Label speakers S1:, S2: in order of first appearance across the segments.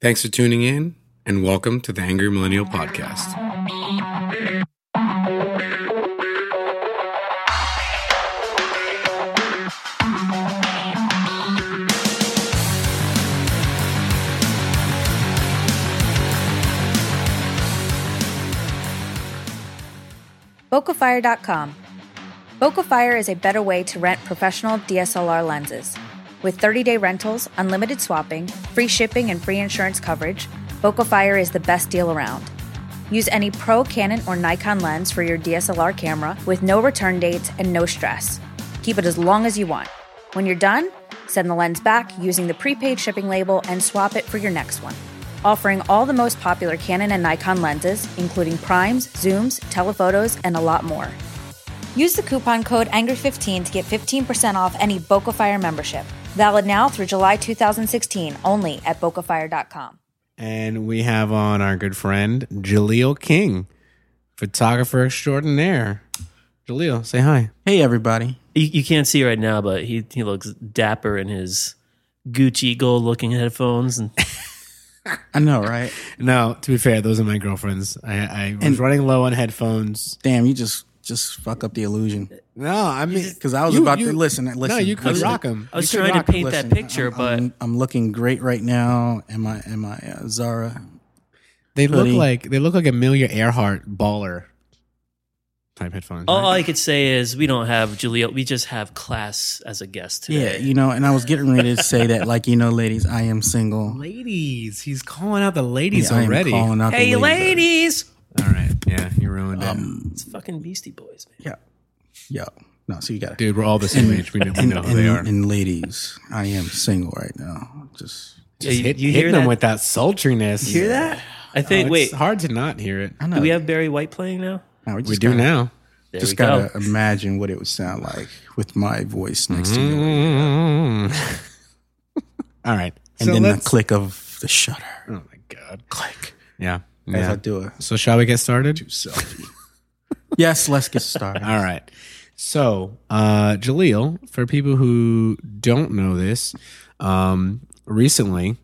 S1: Thanks for tuning in, and welcome to the Angry Millennial Podcast.
S2: BocaFire.com. BocaFire is a better way to rent professional DSLR lenses. With 30 day rentals, unlimited swapping, free shipping, and free insurance coverage, BocaFire is the best deal around. Use any Pro, Canon, or Nikon lens for your DSLR camera with no return dates and no stress. Keep it as long as you want. When you're done, send the lens back using the prepaid shipping label and swap it for your next one. Offering all the most popular Canon and Nikon lenses, including primes, zooms, telephotos, and a lot more. Use the coupon code ANGRY15 E to get 15% off any BocaFire membership. Valid now through July 2016, only at bocafire.com.
S1: And we have on our good friend Jaleel King, photographer extraordinaire. Jaleel, say hi.
S3: Hey everybody.
S4: You, you can't see right now, but he, he looks dapper in his Gucci gold looking headphones. And
S3: I know, right?
S1: No, to be fair, those are my girlfriends. I, I was running low on headphones.
S3: Damn, you just just fuck up the illusion.
S1: No, I mean,
S3: Because I was about to listen. Listen,
S1: No, you could
S3: listen. Uh,
S1: rock um, them.
S4: I was trying to paint that
S3: Listen,
S4: picture,
S3: I'm-
S4: but
S3: I'm, I'm looking great right now. Am I? Am I uh, Zara?
S1: They look
S3: hoodie.
S1: like they look like Amelia Earhart baller type headphones.
S4: all, all
S1: right?
S4: I could say is we don't have Julia. We just have class as a guest
S3: Yeah,
S4: today.
S3: you know. And I was getting ready to say that, like you know, ladies, I am single.
S1: ladies, he's calling out the ladies
S3: Yeah, I am
S1: already. All
S3: calling out the
S4: Hey,
S3: ladies.
S4: ladies!
S1: right, yeah, you ruined it,
S3: Um,
S4: It's fucking Beastie Boys, man.
S3: yeah, yeah. No, so you got it.
S1: dude. We're all the same age. We know, we know who they are.
S3: and ladies, I am single right now. Just
S4: Yeah, you,
S1: Hit,
S4: you
S1: hitting
S4: hear
S1: them
S4: that?
S1: with that sultriness. You hear that?
S4: I think. wait,
S1: It's hard to not hear it.
S3: I know.
S4: do we have Barry White playing now?
S3: No,
S1: We
S3: just
S1: do
S3: gotta-
S1: now.
S4: There
S3: Just
S4: we go.
S3: gotta imagine what it would sound like with my voice next to you.
S1: Mm. All right.
S3: and
S1: So
S3: then the
S1: let's-
S3: click of the shutter
S1: Oh my god.
S3: click
S1: Yeah.
S3: as I
S1: yeah.
S3: do it.
S1: So shall we get started?
S3: Yes, let's get started.
S1: All right. So, uh Jaleel, for people who don't know this, um recently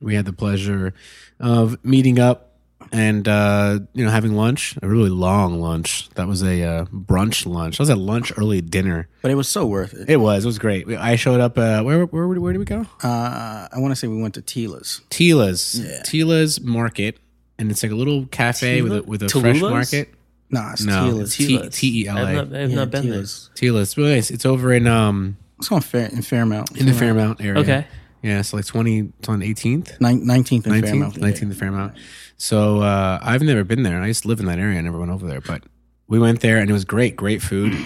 S1: we had the pleasure of meeting up and uh you know having lunch, a really long lunch. That was a uh, brunch lunch. That was a lunch early dinner.
S3: but it was so worth it.
S1: It was. It was great. We- I showed up. Uh, where, where where did we go?
S3: Uh, I want to say we went to Tila's.
S1: Tila's. Tila's Market, and it's like a little cafe with a, with a fresh
S4: Tallulah's?
S1: market.
S3: Nah, it's
S1: No,
S3: Tila's.
S1: T- E
S4: Tila's.
S1: T-E-L-A.
S4: I've not, I've
S3: Yeah,
S4: not been
S1: E
S3: Tila's.
S1: Tila's. It's really nice. It's over in um
S3: It's on Fair in Fairmount.
S1: in the Fairmount area.
S4: Okay.
S1: Yeah, it's like twenty. It's on eighteenth.
S3: nineteenth in Fairmount.
S1: Nineteenth, nineteenth of Fairmount. So uh, I've never been there. I used to live in that area. I never went over there, but we went there and it was great. Great food,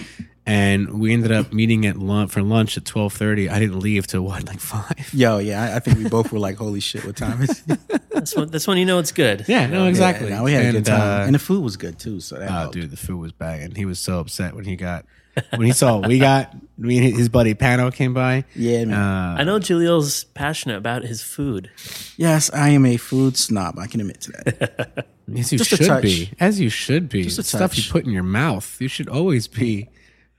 S1: and we ended up meeting at lunch for lunch at twelve thirty. I didn't leave till what like five.
S3: Yo, yeah, I, I think we both were like, "Holy shit, what time is it?"
S4: there. That's when, that's when you know it's good.
S1: Yeah, no, exactly.
S3: Yeah, nah, we had a
S1: And,
S3: good time,
S1: uh,
S3: and the food was good too. So that
S1: Oh,
S3: helped.
S1: dude, the food was banging. He was so upset when he got when he saw what we got. Me and his buddy Pano came by.
S3: Yeah, man.
S1: Uh,
S4: I know Jaleel's passionate about his food.
S3: yes, I am a food snob. I can admit to that.
S1: as you
S3: just a
S1: should
S3: touch.
S1: be, as you should be.
S3: Just a
S1: The stuff you
S3: touch.
S1: put in your mouth. You should always be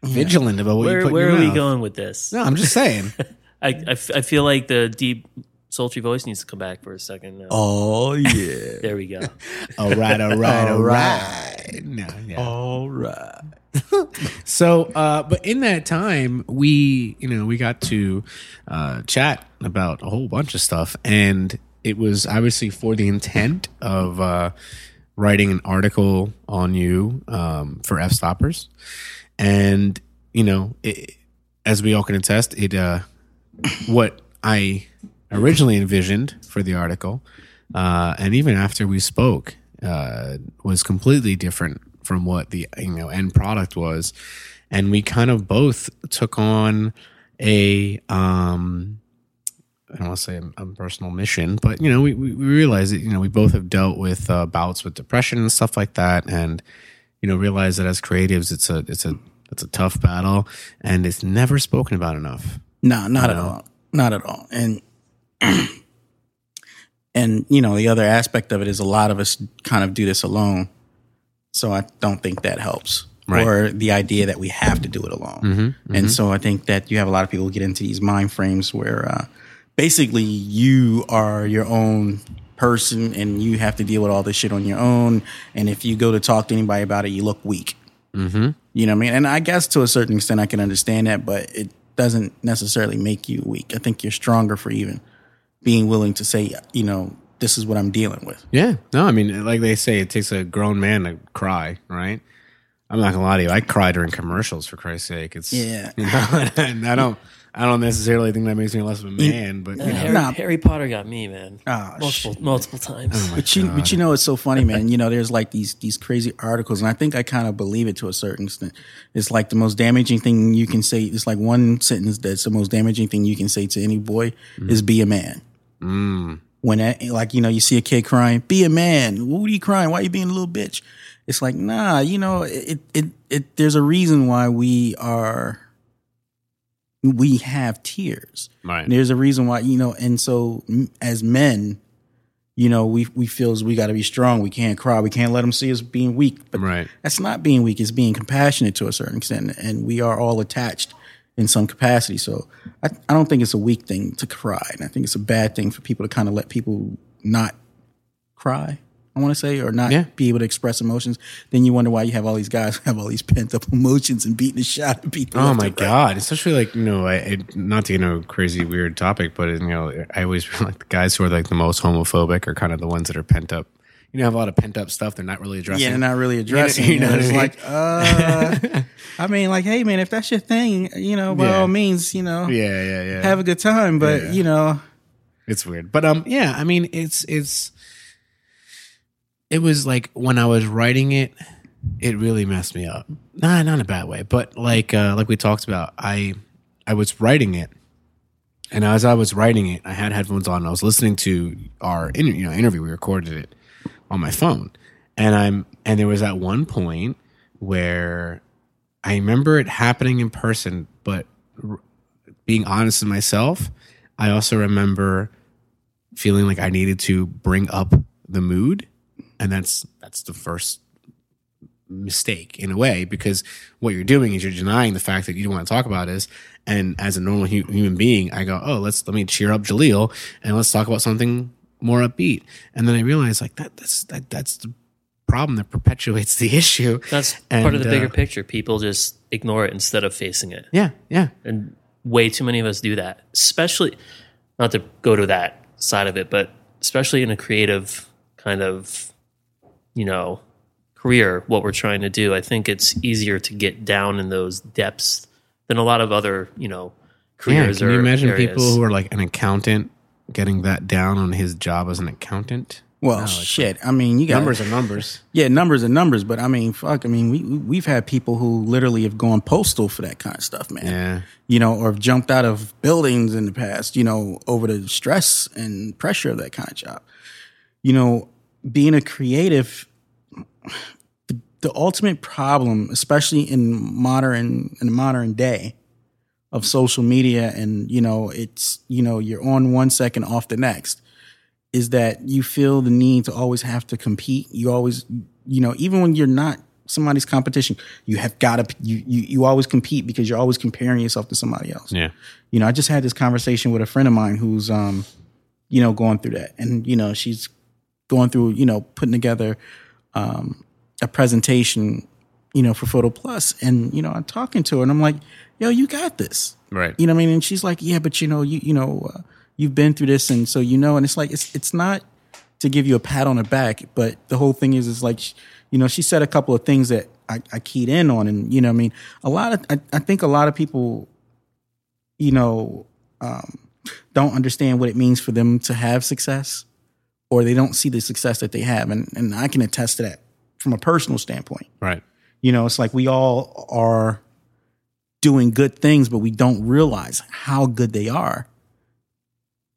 S1: vigilant about what you
S4: Where
S1: put
S4: where
S1: in
S4: are
S1: your
S4: we
S1: mouth.
S4: going with this?
S1: No, I'm just saying.
S4: I, I, f- I feel like the deep sultry voice needs to come back for a second. Now.
S3: oh yeah,
S4: There we go.
S1: all right, all right, all
S3: All
S1: right. No, yeah.
S3: all right.
S1: So, uh, but in that time, we, you know, we got to uh, chat about a whole bunch of stuff, and it was obviously for the intent of uh, writing an article on you um, for F Stoppers, and you know, it, as we all can attest, it uh, what I originally envisioned for the article, uh, and even after we spoke, uh, was completely different from what the you know end product was, and we kind of both took on a um, I don't want to say a, a personal mission, but you know we we we realized that you know we both have dealt with uh, bouts with depression and stuff like that, and you know realize that as creatives, it's a it's a it's a tough battle, and it's never spoken about enough.
S3: No, not at all. Not at all. And and you know, the other aspect of it is a lot of us kind of do this alone. So I don't think that helps.
S1: Right.
S3: Or the idea that we have to do it alone. And so I think that you have a lot of people who get into these mind frames where uh, basically you are your own person and you have to deal with all this shit on your own. And if you go to talk to anybody about it, you look weak. You know what I mean? And I guess to a certain extent, I can understand that, but it doesn't necessarily make you weak. I think you're stronger for even being willing to say, you know, this is what I'm dealing with.
S1: Yeah. No, I mean, like they say, it takes a grown man to cry, right? I'm not gonna lie to you. I cry during commercials for Christ's sake. It's
S3: Yeah.
S1: You know, and I don't, I don't necessarily think that makes me less of a man, but you know,
S4: Harry,
S3: Nah.
S4: Harry Potter got me, man.
S3: Ah,
S4: multiple multiple
S1: Oh
S4: times.
S3: But you, but you know, it's so funny, man. You know, there's like these these crazy articles, and I think I kind of believe it to a certain extent. It's like the most damaging thing you can say. It's like one sentence that's the most damaging thing you can say to any boy is "be a man." When that, like you know, you see a kid crying, "Be a man." What are you crying? Why are you being a little bitch? It's like, nah, you know, it it it. There's a reason why we are we have tears.
S1: Right.
S3: There's a reason why, you know, and so m- as men, you know, we we feels we got to be strong. We can't cry. We can't let them see us being weak. But
S1: Right.
S3: that's not being weak. It's being compassionate to a certain extent, and we are all attached in some capacity. So I, I don't think it's a weak thing to cry, and I think it's a bad thing for people to kind of let people not cry. I want to say, or not
S1: Yeah.
S3: be able to express emotions. Then you wonder why you have all these guys who have all these pent up emotions and beating the shit out of people.
S1: Oh
S3: left
S1: my
S3: and right.
S1: god! Especially like you know, I, I, not to get into a crazy weird topic, but you know, I always feel like the guys who are like the most homophobic are kind of the ones that are pent up. You know, have a lot of pent up stuff. They're not really addressing.
S3: Yeah, they're not really
S1: know-
S3: addressing.
S1: you
S3: it.
S1: know what I
S3: it's
S1: mean?
S3: like, uh, I mean, like, hey, man, if that's your thing, you know, by
S1: Yeah.
S3: all means, you know,
S1: yeah, yeah, yeah.
S3: have a good time. But
S1: Yeah.
S3: you know,
S1: It's weird. But um yeah, I mean it's it's it was like when I was writing it, it really messed me up. Nah, not in a bad way, but like uh like we talked about, I I was writing it and as I was writing it, I had headphones on. And I was listening to our inter- you know interview. We recorded it on my phone, and I'm and there was that one point where I remember it happening in person, but r- being honest with myself, I also remember feeling like I needed to bring up the mood, and that's that's the first mistake in a way because what you're doing is you're denying the fact that you don't want to talk about this. And as a normal hu- human being, I go, oh, let's let me cheer up Jaleel and let's talk about something more upbeat. And then I realize like that that's that, that's the problem that perpetuates the issue.
S4: That's part of
S1: And,
S4: the bigger
S1: uh,
S4: picture. People just ignore it instead of facing it.
S1: Yeah, yeah,
S4: And way too many of us do that, especially not to go to that side of it, but especially in a creative kind of, you know, career, what we're trying to do. I think it's easier to get down in those depths than a lot of other, you know,
S1: yeah.
S4: careers
S1: Can
S4: or
S1: you imagine
S4: areas.
S1: people who are like an accountant getting that down on his job as an accountant?
S3: well, shit. I mean, you got
S1: Numbers are numbers.
S3: Yeah, numbers are numbers, but I mean, fuck. I mean, we we- we've had people who literally have gone postal for that kind of stuff, man.
S1: Yeah.
S3: You know, or have jumped out of buildings in the past. You know, over the stress and pressure of that kind of job. You know, being a creative, the, the ultimate problem, especially in modern in the modern day of social media, and you know, it's you know, you're on one second, off the next is that you feel the need to always have to compete. You always, you know, even when you're not somebody's competition, you have got to, you, you, you always compete because you're always comparing yourself to somebody else.
S1: Yeah.
S3: You know, I just had this conversation with a friend of mine who's, um, you know, going through that. And, you know, she's going through, you know, putting together um, a presentation, you know, for Photo Plus. And, you know, I'm talking to her and I'm like, yo, you got this.
S1: Right.
S3: You know what I mean? And she's like, yeah, but you know, you you know, uh, you've been through this, and so you know. And it's like, it's it's not to give you a pat on the back, but the whole thing is, is like, sh- you know, she said a couple of things that I, I keyed in on, and you know, what I mean, a lot of I, I think a lot of people, you know, um, don't understand what it means for them to have success, or they don't see the success that they have, and and I can attest to that from a personal standpoint
S1: Right.
S3: you know it's like we all are doing good things but we don't realize how good they are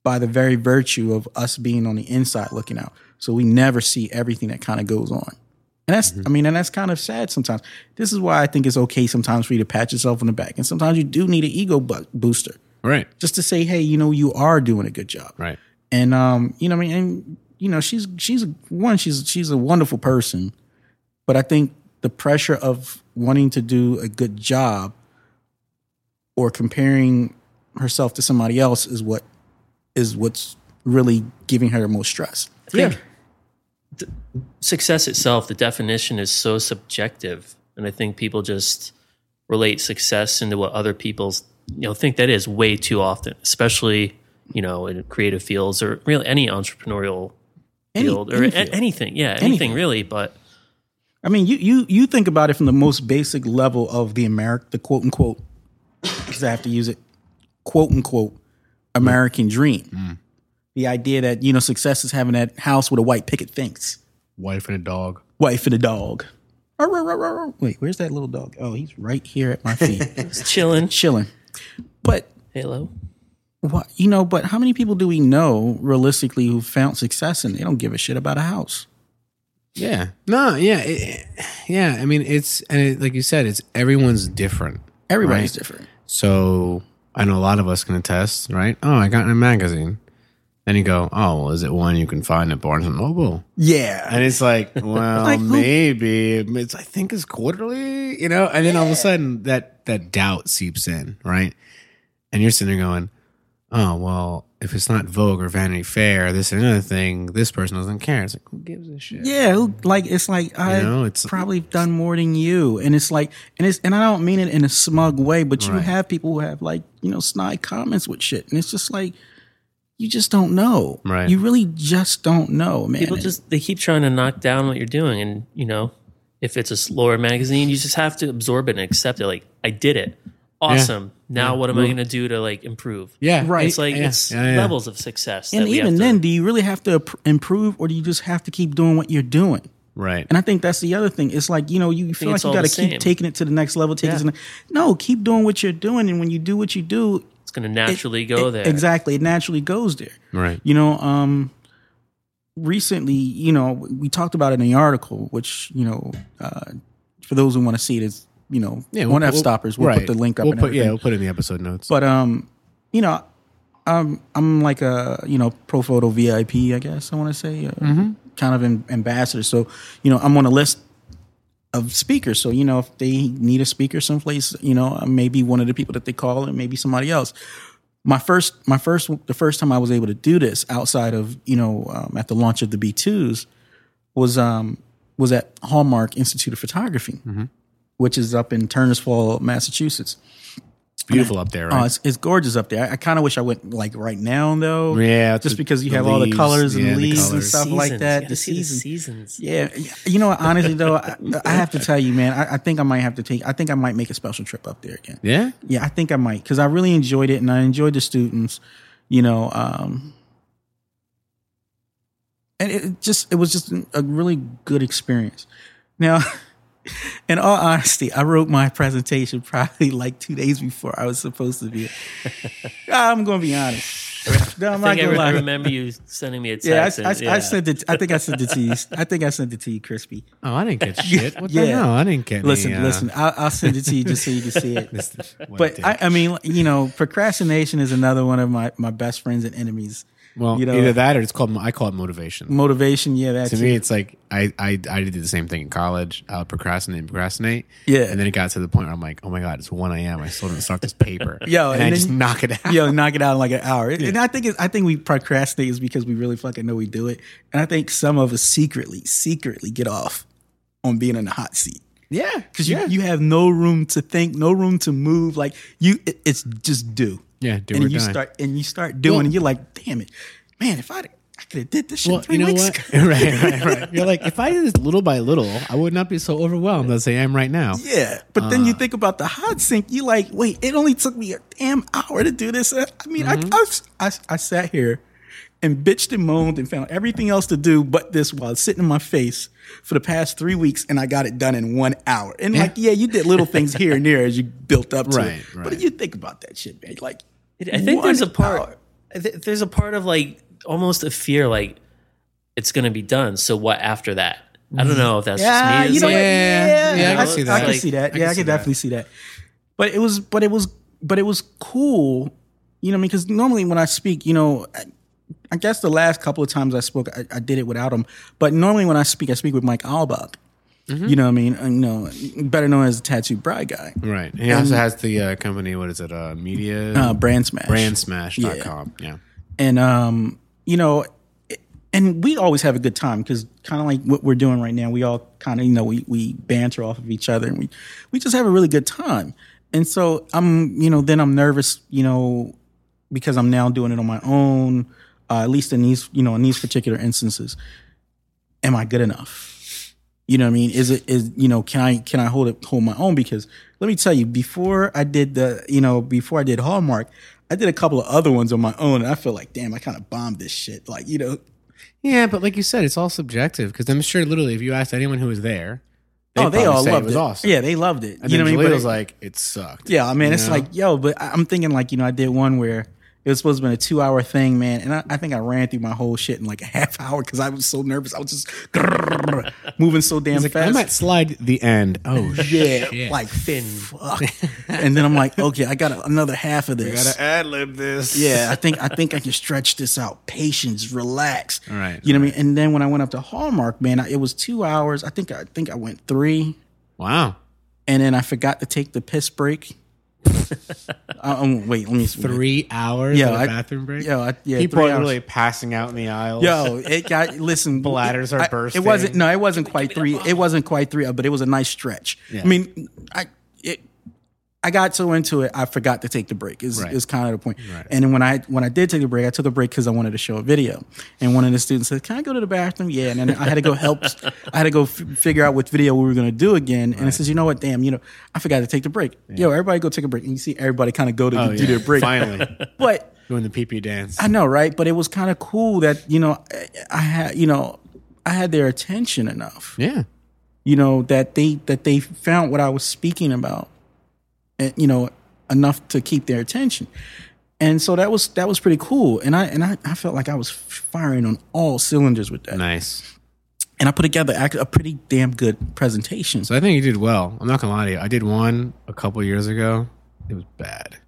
S3: by the very virtue of us being on the inside looking out so we never see everything that kind of goes on and that's i mean and that's kind of sad sometimes this is why i think it's okay sometimes for you to pat yourself on the back and sometimes you do need an ego bu- booster
S1: Right.
S3: just to say hey you know you are doing a good job
S1: Right.
S3: and um, you know, what I mean, and you know, she's she's one, she's she's a wonderful person, but I think the pressure of wanting to do a good job or comparing herself to somebody else is what is what's really giving her the most stress.
S4: yeah. success itself, the definition is so subjective, and I think people just relate success into what other people's you know think that is way too often, especially you know in creative fields or really any entrepreneurial
S3: Any-
S4: field or
S3: any
S4: a-
S3: field.
S4: anything. Yeah, anything,
S3: Anything.
S4: really. But
S3: I mean, you you you think about it from the most basic level of the America, the quote unquote, because I have to use it, quote unquote, American dream. The idea that you know success is having that house with a white picket fence,
S1: Wife and a dog.
S3: wife and a dog. Arr, arr, arr, arr, arr. Wait, where's that little dog? Oh, he's right here at my feet,
S4: it's chilling,
S3: chilling. But
S4: Halo.
S3: what you know? But how many people do we know realistically who found success and they don't give a shit about a house?
S1: Yeah. No, yeah. it- yeah. I mean, it's, and it, like you said, it's everyone's different.
S3: Everybody's
S1: Right.
S3: different.
S1: So I know a lot of us can attest, right? Oh, I got in a magazine. Then you go, oh, well, is it one you can find at Barnes and Noble?
S3: Yeah,
S1: And it's like, well,
S3: Like, who-
S1: maybe it's I think it's quarterly, you know. And then all of a sudden, that that doubt seeps in, right? And you're sitting there going, oh well, if it's not Vogue or Vanity Fair, this and another thing, this person doesn't care. It's like, who gives a shit?
S3: Yeah, who- like it's like I
S1: know, it's-
S3: probably done more than you, and it's like, and it's, and I don't mean it in a smug way, but you
S1: Right.
S3: have people who have like you know snide comments with shit, and it's just like you just don't know,
S1: Right.
S3: You really just don't know, man.
S4: People
S3: And-
S4: just they keep trying to knock down what you're doing, and you know if it's a slower magazine, you just have to absorb it and accept it. Like I did it, awesome. Now what am I going to do to like improve?
S1: yeah,
S3: Right.
S4: It's like
S1: Yeah,
S4: it's
S1: yeah, yeah.
S4: levels of success.
S3: and
S4: that we have
S3: even
S4: to-
S3: then, do you really have to pr- improve, or do you just have to keep doing what you're doing?
S1: right.
S3: And I think that's the other thing. It's like you know you feel like
S4: it's
S3: you
S4: all
S3: got to
S4: the
S3: keep
S4: same.
S3: taking it to the next level. Take it
S4: Yeah.
S3: to the, no, keep doing what you're doing, and when you do what you do,
S4: it's going to naturally go
S3: it-
S4: there.
S3: Exactly, it naturally goes there.
S1: Right.
S3: You know, um, recently, you know, we talked about it in the article, which you know, uh, for those who want to see it, is you know, one F stoppers. We'll
S1: right.
S3: put the link up.
S1: We'll
S3: and
S1: put, yeah,
S3: everything.
S1: we'll put it in the episode notes.
S3: But um, you know, um, I'm like a you know pro photo VIP, I guess I want to say, uh, kind of an ambassador. So you know, I'm on a list of speakers. So you know, if they need a speaker someplace, you know, I may be one of the people that they call, and maybe somebody else. My first, my first, the first time I was able to do this outside of you know um, at the launch of the B2s was um was at Hallmark Institute of Photography, which is up in Turner's Fall, Massachusetts.
S1: it's beautiful up there,
S3: Oh,
S1: right?
S3: it's, it's gorgeous up there. I, I kind of wish I went like right now though.
S1: Yeah, it's
S3: just
S1: the-
S3: because you
S1: the
S3: have all the
S1: leaves.
S3: colors and
S1: Yeah,
S3: the
S1: the
S3: leaves and
S1: colors.
S3: stuff like
S4: Seasons. You
S3: that.
S4: gotta
S3: The
S4: see
S3: seasons.
S4: seasons.
S3: Yeah, you know what? Honestly though, I, I have to tell you, man. I, I think I might have to take. I think I might make a special trip up there again.
S1: yeah.
S3: Yeah, I think I might because I really enjoyed it and I enjoyed the students. You know, um, and it- it just it was just a really good experience. Now, in all honesty, I wrote my presentation probably like two days before I was supposed to be. I'm going to be honest. No, I'm
S4: I
S3: not
S4: think I,
S3: going
S4: re-
S3: to
S4: I
S3: lie.
S4: remember you sending me a
S3: Yeah,
S4: text.
S3: I, I,
S4: and- yeah.
S3: I sent it. I think I sent it to you. I think I sent it to you, Crispy.
S1: Oh, I didn't get shit. What
S3: Yeah.
S1: the hell? I didn't get. any,
S3: Listen,
S1: uh,
S3: listen. I'll, I'll send it to you just so you can see it.
S1: this- what
S3: But
S1: dick.
S3: I, I mean, you know, procrastination is another one of my, my best friends and enemies.
S1: Well,
S3: you know-
S1: either that or it's called. I call it motivation.
S3: Motivation, yeah, that's
S1: To me, it's like I, I I did the same thing in college. I would procrastinate and procrastinate.
S3: Yeah.
S1: and then it got to the point where I'm like, oh my god, it's one a.m. I still didn't start this paper.
S3: Yo,
S1: and,
S3: and
S1: I just
S3: then-
S1: knock it out.
S3: Yo, knock it out in like an hour. And I think it's, I think we procrastinate is because we really fucking know we do it. And I think some of us secretly, secretly get off on being in the hot seat
S1: yeah,
S3: because you, you have no room to think, no room to move. Like you, it, it's just do.
S1: Yeah, do
S3: and
S1: or
S3: you
S1: die.
S3: start and you start doing,
S1: Well-
S3: and you're like, damn it, man, if I I could have did this shit
S1: Well,
S3: three
S1: you know
S3: weeks
S1: what?
S3: ago.
S1: right, right, right. You're like, if I did this little by little, I would not be so overwhelmed as I am right now.
S3: Yeah, but then
S1: Uh.
S3: you think about the hot sink. You like, wait, it only took me a damn hour to do this. I I mean, I-
S1: Mm-hmm.
S3: I, I, I sat here and bitched and moaned and found everything else to do but this while it's sitting in my face for the past three weeks, and I got it done in one hour. And like, yeah, you did little things here and there as you built up to
S1: Right,
S3: it.
S1: right.
S3: But you think about that shit, man. Like,
S4: I think there's a
S3: one
S4: part.
S3: hour.
S4: I thi- there's a part of like almost a fear, like it's going to be done. So what after that? I don't know if that's
S3: Yeah,
S4: just me.
S3: you
S4: It's
S3: know
S4: like,
S3: what?
S1: yeah,
S3: Yeah,
S1: yeah, I can
S3: I,
S1: see
S3: I
S1: that.
S3: can see that. Yeah, I can,
S1: see that.
S3: definitely see that. But it was, but it was, but it was cool. You know, because normally when I speak, you know, I, I guess the last couple of times I spoke, I, I did it without him. But normally when I speak, I speak with Mike Albach. You know what I mean? Uh, You know, better known as the Tattoo Bride guy,
S1: Right. He also has the uh, company. What is it? Uh, media
S3: uh, Brand Smash.
S1: brandsmash.com. Yeah.
S3: and um, you know, it- and we always have a good time because kind of like what we're doing right now, we all kind of you know we we banter off of each other and we we just have a really good time. And so I'm you know then I'm nervous you know because I'm now doing it on my own, uh, at least in these you know in these particular instances. Am I good enough? You know what I mean? Is it is you know, can I can I hold it hold my own? Because let me tell you, before I did the you know, before I did Hallmark, I did a couple of other ones on my own and I feel like, damn, I kinda bombed this shit. Like, you know,
S1: Yeah, but like you said, it's all subjective because I'm sure literally if you asked anyone who was there,
S3: oh, they
S1: probably
S3: all
S1: say
S3: loved
S1: it was awesome.
S3: Yeah, they loved it.
S1: And
S3: you know
S1: then
S3: what I mean?
S1: Jaleel
S3: But
S1: was
S3: it-
S1: like, it sucked.
S3: yeah, I mean, it's
S1: Yeah.
S3: like, yo, but I- I'm thinking like, you know, I did one where it was supposed to be a two hour thing, man, and I, I think I ran through my whole shit in like a half hour because I was so nervous. I was just grrrr, moving so damn
S1: He's like, I
S3: fast.
S1: might slide the end. Oh, shit.
S3: yeah, like
S4: Finn.
S3: fuck. and then I'm like, okay, I got another half of this.
S1: ad lib this.
S3: yeah, I think I think I can stretch this out. Patience, relax.
S1: All right.
S3: You know what I mean? And then when I went up to Hallmark, man, I, it was two hours. I think I think I went three,
S1: Wow.
S3: and then I forgot to take the piss break. uh, um, wait, let me
S1: Three hours
S3: Yeah,
S1: of a
S3: I-
S1: bathroom break?
S3: yeah, I- yeah,
S1: People are
S3: three hours.
S1: literally passing out in the aisles.
S3: Yo, it got listen.
S1: Bladders are
S3: I-
S1: bursting.
S3: It wasn't no, it wasn't quite three. It wasn't quite three, but it was a nice stretch.
S1: Yeah.
S3: I mean, I it, I got so into it, I forgot to take the break. Is
S1: Right.
S3: is kind of the point.
S1: Right.
S3: And then when I when I did take the break, I took the break because I wanted to show a video. And one of the students said, "Can I go to the bathroom?" Yeah. And then I had to go help. I had to go f- figure out what video we were going to do again. And it says, "You know what? Damn, you know, I forgot to take the break. Yo, everybody go take a break." And you see everybody kind of go to
S1: Oh,
S3: do
S1: yeah.
S3: their break.
S1: Finally.
S3: But
S1: Doing the pee pee dance.
S3: I know, right? But it was kind of cool that you know I, I had you know I had their attention enough,
S1: yeah.
S3: you know that they that they found what I was speaking about, and you know enough to keep their attention, and so that was that was pretty cool, and I and I, I felt like I was firing on all cylinders with that,
S1: Nice.
S3: and I put together act- a pretty damn good presentation.
S1: So I think you did well. I'm not gonna lie to you. I did one a couple years ago. It was bad.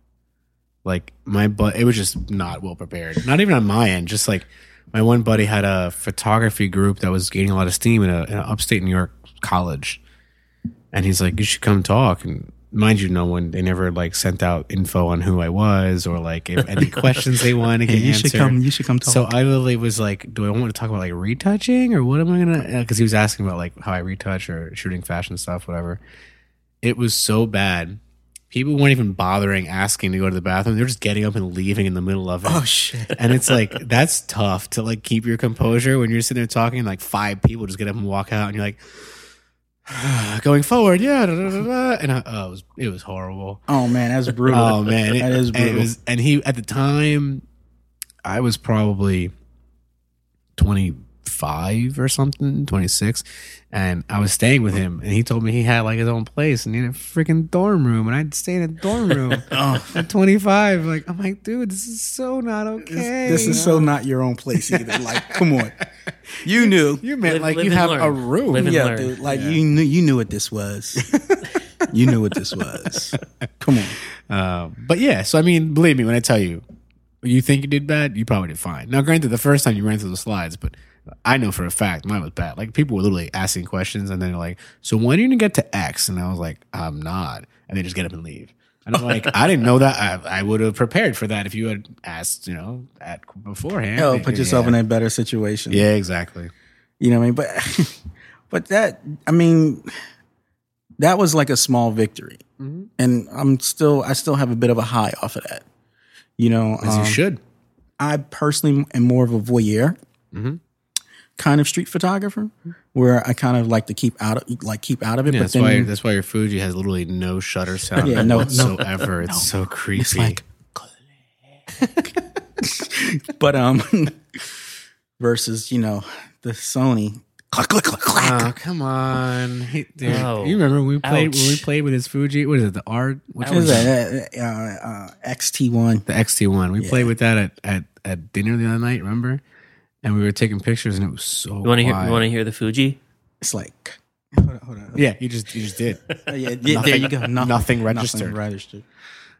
S1: Like my but it was just not well prepared. Not even on my end. Just like my one buddy had a photography group that was gaining a lot of steam in a, in a upstate New York college, and he's like, "You should come talk." And mind you, no one they never like sent out info on who I was or like if any questions they wanted to
S3: Hey,
S1: get
S3: you should
S1: answered.
S3: come. You should come talk.
S1: So I literally was like, do I want to talk about like retouching or what am I gonna? Because he was asking about like how I retouch or shooting fashion stuff, whatever. It was so bad. People weren't even bothering asking to go to the bathroom. They're just getting up and leaving in the middle of it.
S3: oh shit!
S1: and it's like that's tough to like keep your composure when you're sitting there talking. And, like five people just get up and walk out, and you're like, going forward, yeah. Da, da, da, da. And I, oh, it was it was horrible.
S3: Oh man, that's brutal.
S1: Oh man,
S3: that
S1: It-
S3: is
S1: and
S3: brutal.
S1: It was, and he at the time, I was probably twenty five or something, twenty six, and I was staying with him, and he told me he had like his own place and he had a freaking dorm room, and I'd stay in a dorm room
S3: Oh.
S1: at twenty five. Like I'm like, dude, this is so not okay.
S3: this is so not your own place either. Like, come on, you knew.
S1: you meant
S4: Live-
S1: like
S4: live
S1: you
S4: and
S1: have
S4: learn.
S1: a room.
S4: Live and
S3: yeah,
S4: learn.
S3: dude. Like you knew you knew what this was. you knew what this was. Come on.
S1: Um, but yeah, so I mean, believe me when I tell you, you think you did bad, you probably did fine. Now, granted, the first time you ran through the slides, but I know for a fact mine was bad. Like people were literally asking questions, and then they're like, "So when are you gonna get to X?" And I was like, "I'm not," and they just get up and leave. And I'm like, I didn't know that. I, I would have prepared for that if you had asked, you know, at beforehand.
S3: Oh, put yourself
S1: yeah.
S3: in a better situation.
S1: Yeah, exactly.
S3: You know what I mean? But but that I mean that was like a small victory.
S1: Mm-hmm.
S3: And I'm still I still have a bit of a high off of that. You know,
S1: As
S3: um,
S1: you should.
S3: I personally am more of a voyeur
S1: Mm-hmm.
S3: kind of street photographer where I kind of like to keep out of like keep out of it.
S1: Yeah,
S3: but
S1: that's
S3: then
S1: why. That's why your Fuji has literally no shutter sound
S3: Yeah, no, no,
S1: whatsoever. it's so creepy.
S3: It's like, but um, versus you know the Sony clack clack clack clack.
S1: Oh come on, He- dude,
S4: Oh.
S1: You remember when we played when we
S4: Ouch.
S1: played with his Fuji? What is it? The R? Which
S3: What
S1: one
S3: is that? Uh, uh, uh, XT1.
S1: The XT one. We played with that at, at at dinner the other night. Remember? And we were taking pictures, and it was so.
S4: You want to hear?
S1: quiet.
S4: You want to hear the Fuji?
S3: It's like hold on, hold on.
S1: Yeah, you just you just did.
S3: Uh, yeah, yeah, there you go. Nothing,
S1: nothing registered.
S3: registered.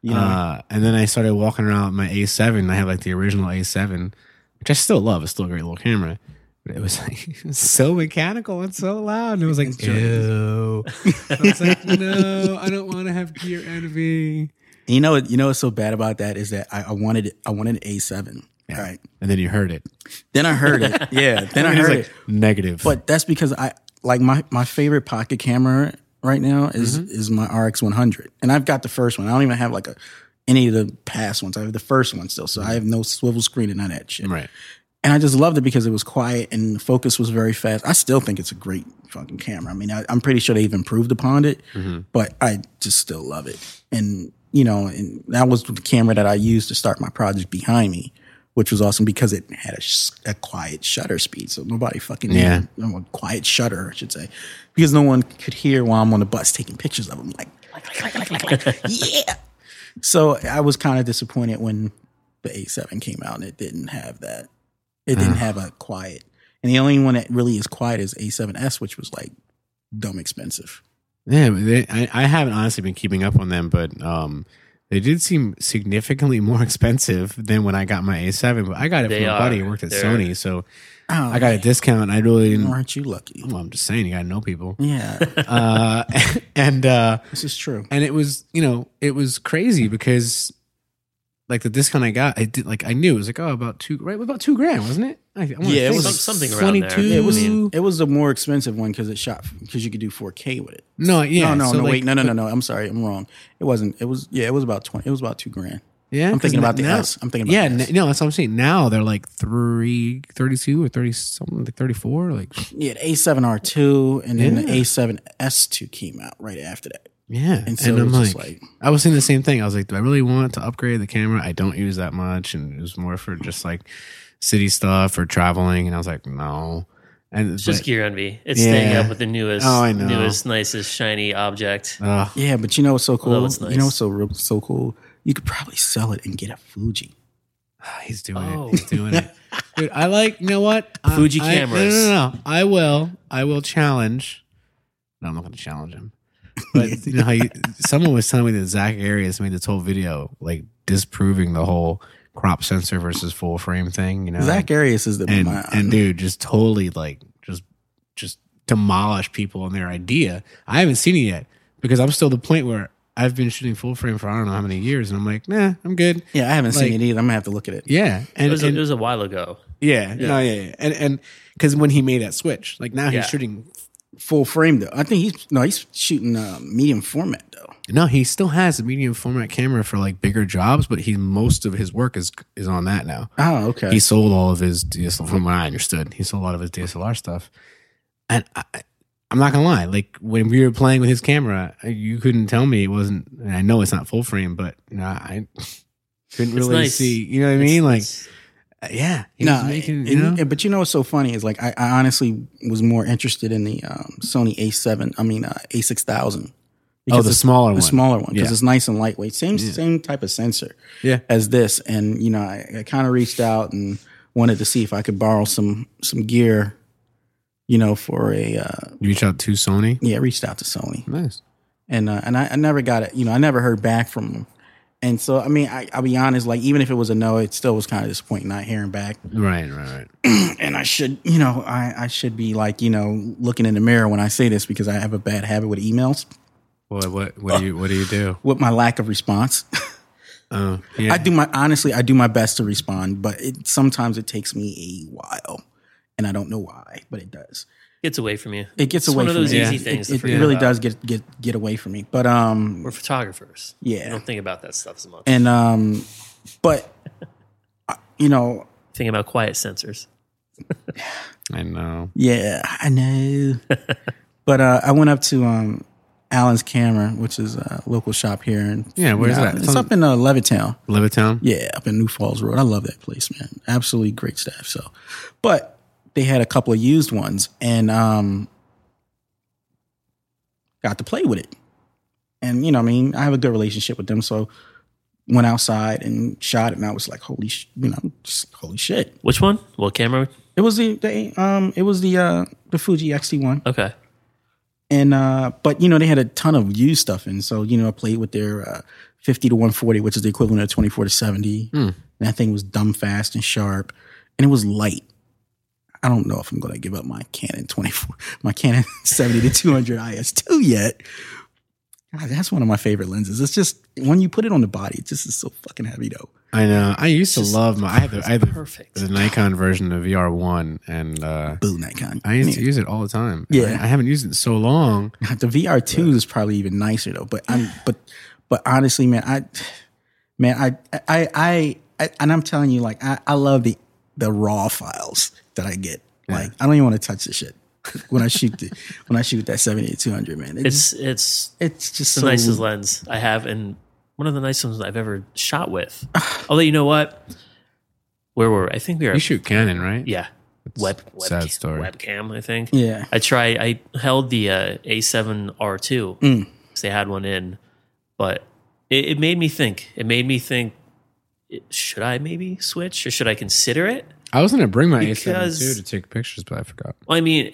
S3: You know,
S1: uh, and then I started walking around with my A7. and I had like the original A7, which I still love. It's still a great little camera. But it was like it was so mechanical and so loud, and it was like, ew. I was like, no, I don't want to have gear envy.
S3: you know, what- you know what's so bad about that is that I, I wanted I wanted an A7.
S1: Yeah.
S3: Right.
S1: And then you heard it.
S3: Then I heard it. Yeah. Then I
S1: And it's
S3: heard
S1: like
S3: it.
S1: negative.
S3: But that's because I like my my favorite pocket camera right now is is my RX 100, and I've got the first one. I don't even have like a any of the past ones. I have the first one still, so I have no swivel screen and none of that shit.
S1: right.
S3: And I just loved it because it was quiet and the focus was very fast. I still think it's a great fucking camera. I mean, I, I'm pretty sure they've improved upon it, but I just still love it. And you know, and that was the camera that I used to start my project behind me, which was awesome because it had a, sh- a quiet shutter speed, so nobody fucking
S1: Yeah.
S3: no, a quiet shutter, I should say, because no one could hear while I'm on the bus taking pictures of them. Like, like, like, like, like, like, yeah. So I was kind of disappointed when the A7 came out and it didn't have that. It
S1: Mm.
S3: didn't have a quiet. And the only one that really is quiet is A7S, which was like dumb expensive.
S1: Yeah, but they, I, I haven't honestly been keeping up on them, but um, they did seem significantly more expensive than when I got my A7. But I got it
S4: They
S1: from a
S4: are.
S1: buddy who worked at
S4: They're-
S1: Sony, so
S3: Oh,
S1: I got a discount. and I really didn't.
S3: aren't you lucky?
S1: Well, I'm just saying, you gotta know people.
S3: Yeah,
S1: uh, and uh,
S3: this is true.
S1: and it was you know it was crazy because like the discount I got, I did like I knew it was like oh about two right about two grand wasn't it? I, I wanna
S3: Yeah, it
S1: think
S3: was
S4: some- something around there. Yeah,
S3: It was
S4: I mean-
S3: it was the more expensive one because it shot because you could do 4K with it.
S1: no, yeah,
S3: no, no,
S1: so,
S3: no,
S1: like,
S3: wait, no, no, no, no. I'm sorry, I'm wrong. It wasn't. It was yeah, it was about twenty. It was about two grand.
S1: Yeah,
S3: I'm
S1: 'cause
S3: thinking
S1: n-
S3: about the
S1: now,
S3: S. I'm thinking about
S1: yeah,
S3: the
S1: n-
S3: S.
S1: no, that's what I'm saying. Now they're like three, 32 or thirty something, like thirty four. Like,
S3: Yeah, the A7R2 and then the A7S2 came out right after that.
S1: yeah,
S3: And so it
S1: I'm
S3: was
S1: like,
S3: just like-
S1: I was saying the same thing. I was like, do I really want to upgrade the camera? I don't use that much, and it was more for just like city stuff or traveling. And I was like, no, and
S4: It's just
S1: but-
S4: gear envy. It's
S1: Yeah.
S4: staying up with the newest,
S1: Oh, I know.
S4: newest, nicest, shiny object.
S1: Ugh.
S3: Yeah, but you know what's so cool?
S4: it's
S3: You know
S4: nice.
S3: what's so real- so cool? You could probably sell it and get a Fuji.
S1: Ah, He's doing
S4: Oh.
S1: it. He's doing it. Dude, I like. You know what? I-
S4: Fuji
S1: I-
S4: cameras.
S1: no, no, no. I will. I will challenge. No, I'm not going to challenge him. But you know how you, someone was telling me that Zach Arias made this whole video like disproving the whole crop sensor versus full frame thing. You know,
S3: Zach Arias is the
S1: and
S3: man.
S1: and dude, just totally like just just demolish people and their idea. I haven't seen it yet because I'm still the point where I've been shooting full frame for I don't know how many years, and I'm like, nah, I'm good.
S3: yeah, I haven't
S1: like-
S3: seen it either. I'm gonna have to look at it.
S1: Yeah, and
S4: It was, a,
S1: and-
S4: it was a while ago.
S1: yeah, no, yeah, yeah. and and because when he made that switch, like now
S4: Yeah.
S1: he's shooting.
S3: Full frame though. I think he's no, he's shooting uh, medium format though.
S1: No, he still has a medium format camera for like bigger jobs, but he most of his work is is on that now.
S3: Oh, okay.
S1: He sold all of his DSLR. From what I understood, he sold a lot of his DSLR stuff, and I, I- I'm not gonna lie. Like when we were playing with his camera, you couldn't tell me it wasn't. And I know it's not full frame, but you know, I couldn't really
S4: nice.
S1: see. You know what I mean? like, uh, yeah, he
S3: no,
S1: was making.
S3: and-
S1: You know,
S3: and- but you know what's so funny is like I, I honestly was more interested in the um, Sony A7. I mean uh, A6000.
S1: oh, the
S3: it's-
S1: smaller one,
S3: the smaller one because
S1: Yeah.
S3: it's nice and lightweight. Same same type of sensor
S1: Yeah.
S3: as this. And you know, I, I kind of reached out and wanted to see if I could borrow some some gear, you know, for a uh,
S1: You reach out to Sony.
S3: yeah. I reached out to Sony
S1: Nice.
S3: and uh, and I, I never got it. You know, I never heard back from them. And so, I mean, I, I'll be honest. Like, even if it was a no, it still was kind of disappointing not hearing back.
S1: Right, right, right.
S3: And I should, you know, I, I should be like, you know, looking in the mirror when I say this because I have a bad habit with emails,
S1: What what what do you what do you do?
S3: with my lack of response.
S1: Oh, yeah.
S3: I do my honestly, I do my best to respond, but it sometimes it takes me a while, and I don't know why, but it does.
S4: Gets away from you.
S3: It gets
S4: It's
S3: away
S4: one of
S3: from
S4: those
S3: me.
S4: easy
S3: It-
S4: things to
S3: It, it
S4: forget
S3: really
S4: about.
S3: does get get get away from me. But um,
S4: We're photographers.
S3: Yeah.
S4: We don't think about that stuff as much.
S3: and um, but uh, you know,
S4: think about quiet sensors.
S1: I know.
S3: yeah, I know. but uh, I went up to um. Allen's Camera, which is a local shop here, and
S1: Yeah, where is that?
S3: It's,
S1: It's on-
S3: up in uh, Levittown.
S1: Levittown.
S3: Yeah, up in New Falls Road. I love that place, man. Absolutely great staff. So, but they had a couple of used ones and um got to play with it. And you know, I mean, I have a good relationship with them, so went outside and shot it and I was like, holy sh- you know, just holy shit.
S4: Which one? What camera?
S3: It was the, the um it was the uh the Fuji XT one.
S4: Okay.
S3: And uh, but you know they had a ton of used stuff, and so you know I played with their uh, fifty to one forty, which is the equivalent of twenty four to seventy.
S1: Hmm.
S3: And that thing was dumb fast and sharp, and it was light. I don't know if I'm going to give up my Canon twenty four, my Canon seventy to two hundred IS two yet. God, that's one of my favorite lenses. It's just when you put it on the body, it just is so fucking heavy though.
S1: I know. I used to
S4: just-
S1: love my. I had the, I had the,
S4: perfect.
S1: the Nikon version of VR one, and uh,
S3: Boo Nikon.
S1: I used to use it all the time.
S3: Yeah.
S1: I, I haven't used it in so long.
S3: The VR two is probably even nicer though. But I'm but but honestly, man, I man, I I I, I and I'm telling you, like I, I love the the raw files that I get. Like I don't even want to touch the shit when I shoot the, when I shoot that seventy two hundred man. It's
S4: It's it's
S3: it's just
S4: the
S3: so
S4: nicest lens I have, and one of the nicest ones I've ever shot with. Although you know what, where were we? I think we were?
S1: You shoot Canon, right?
S4: yeah, web, web
S1: sad story.
S4: webcam. I think.
S3: Yeah.
S4: I tried. I held the uh, A7R2
S3: Mm.
S4: because they had one in, but it, it made me think. It made me think. it- Should I maybe switch, or should I consider it?
S1: I was gonna bring my
S4: Because-
S1: A7 II to take pictures, but I forgot.
S4: Well, I mean,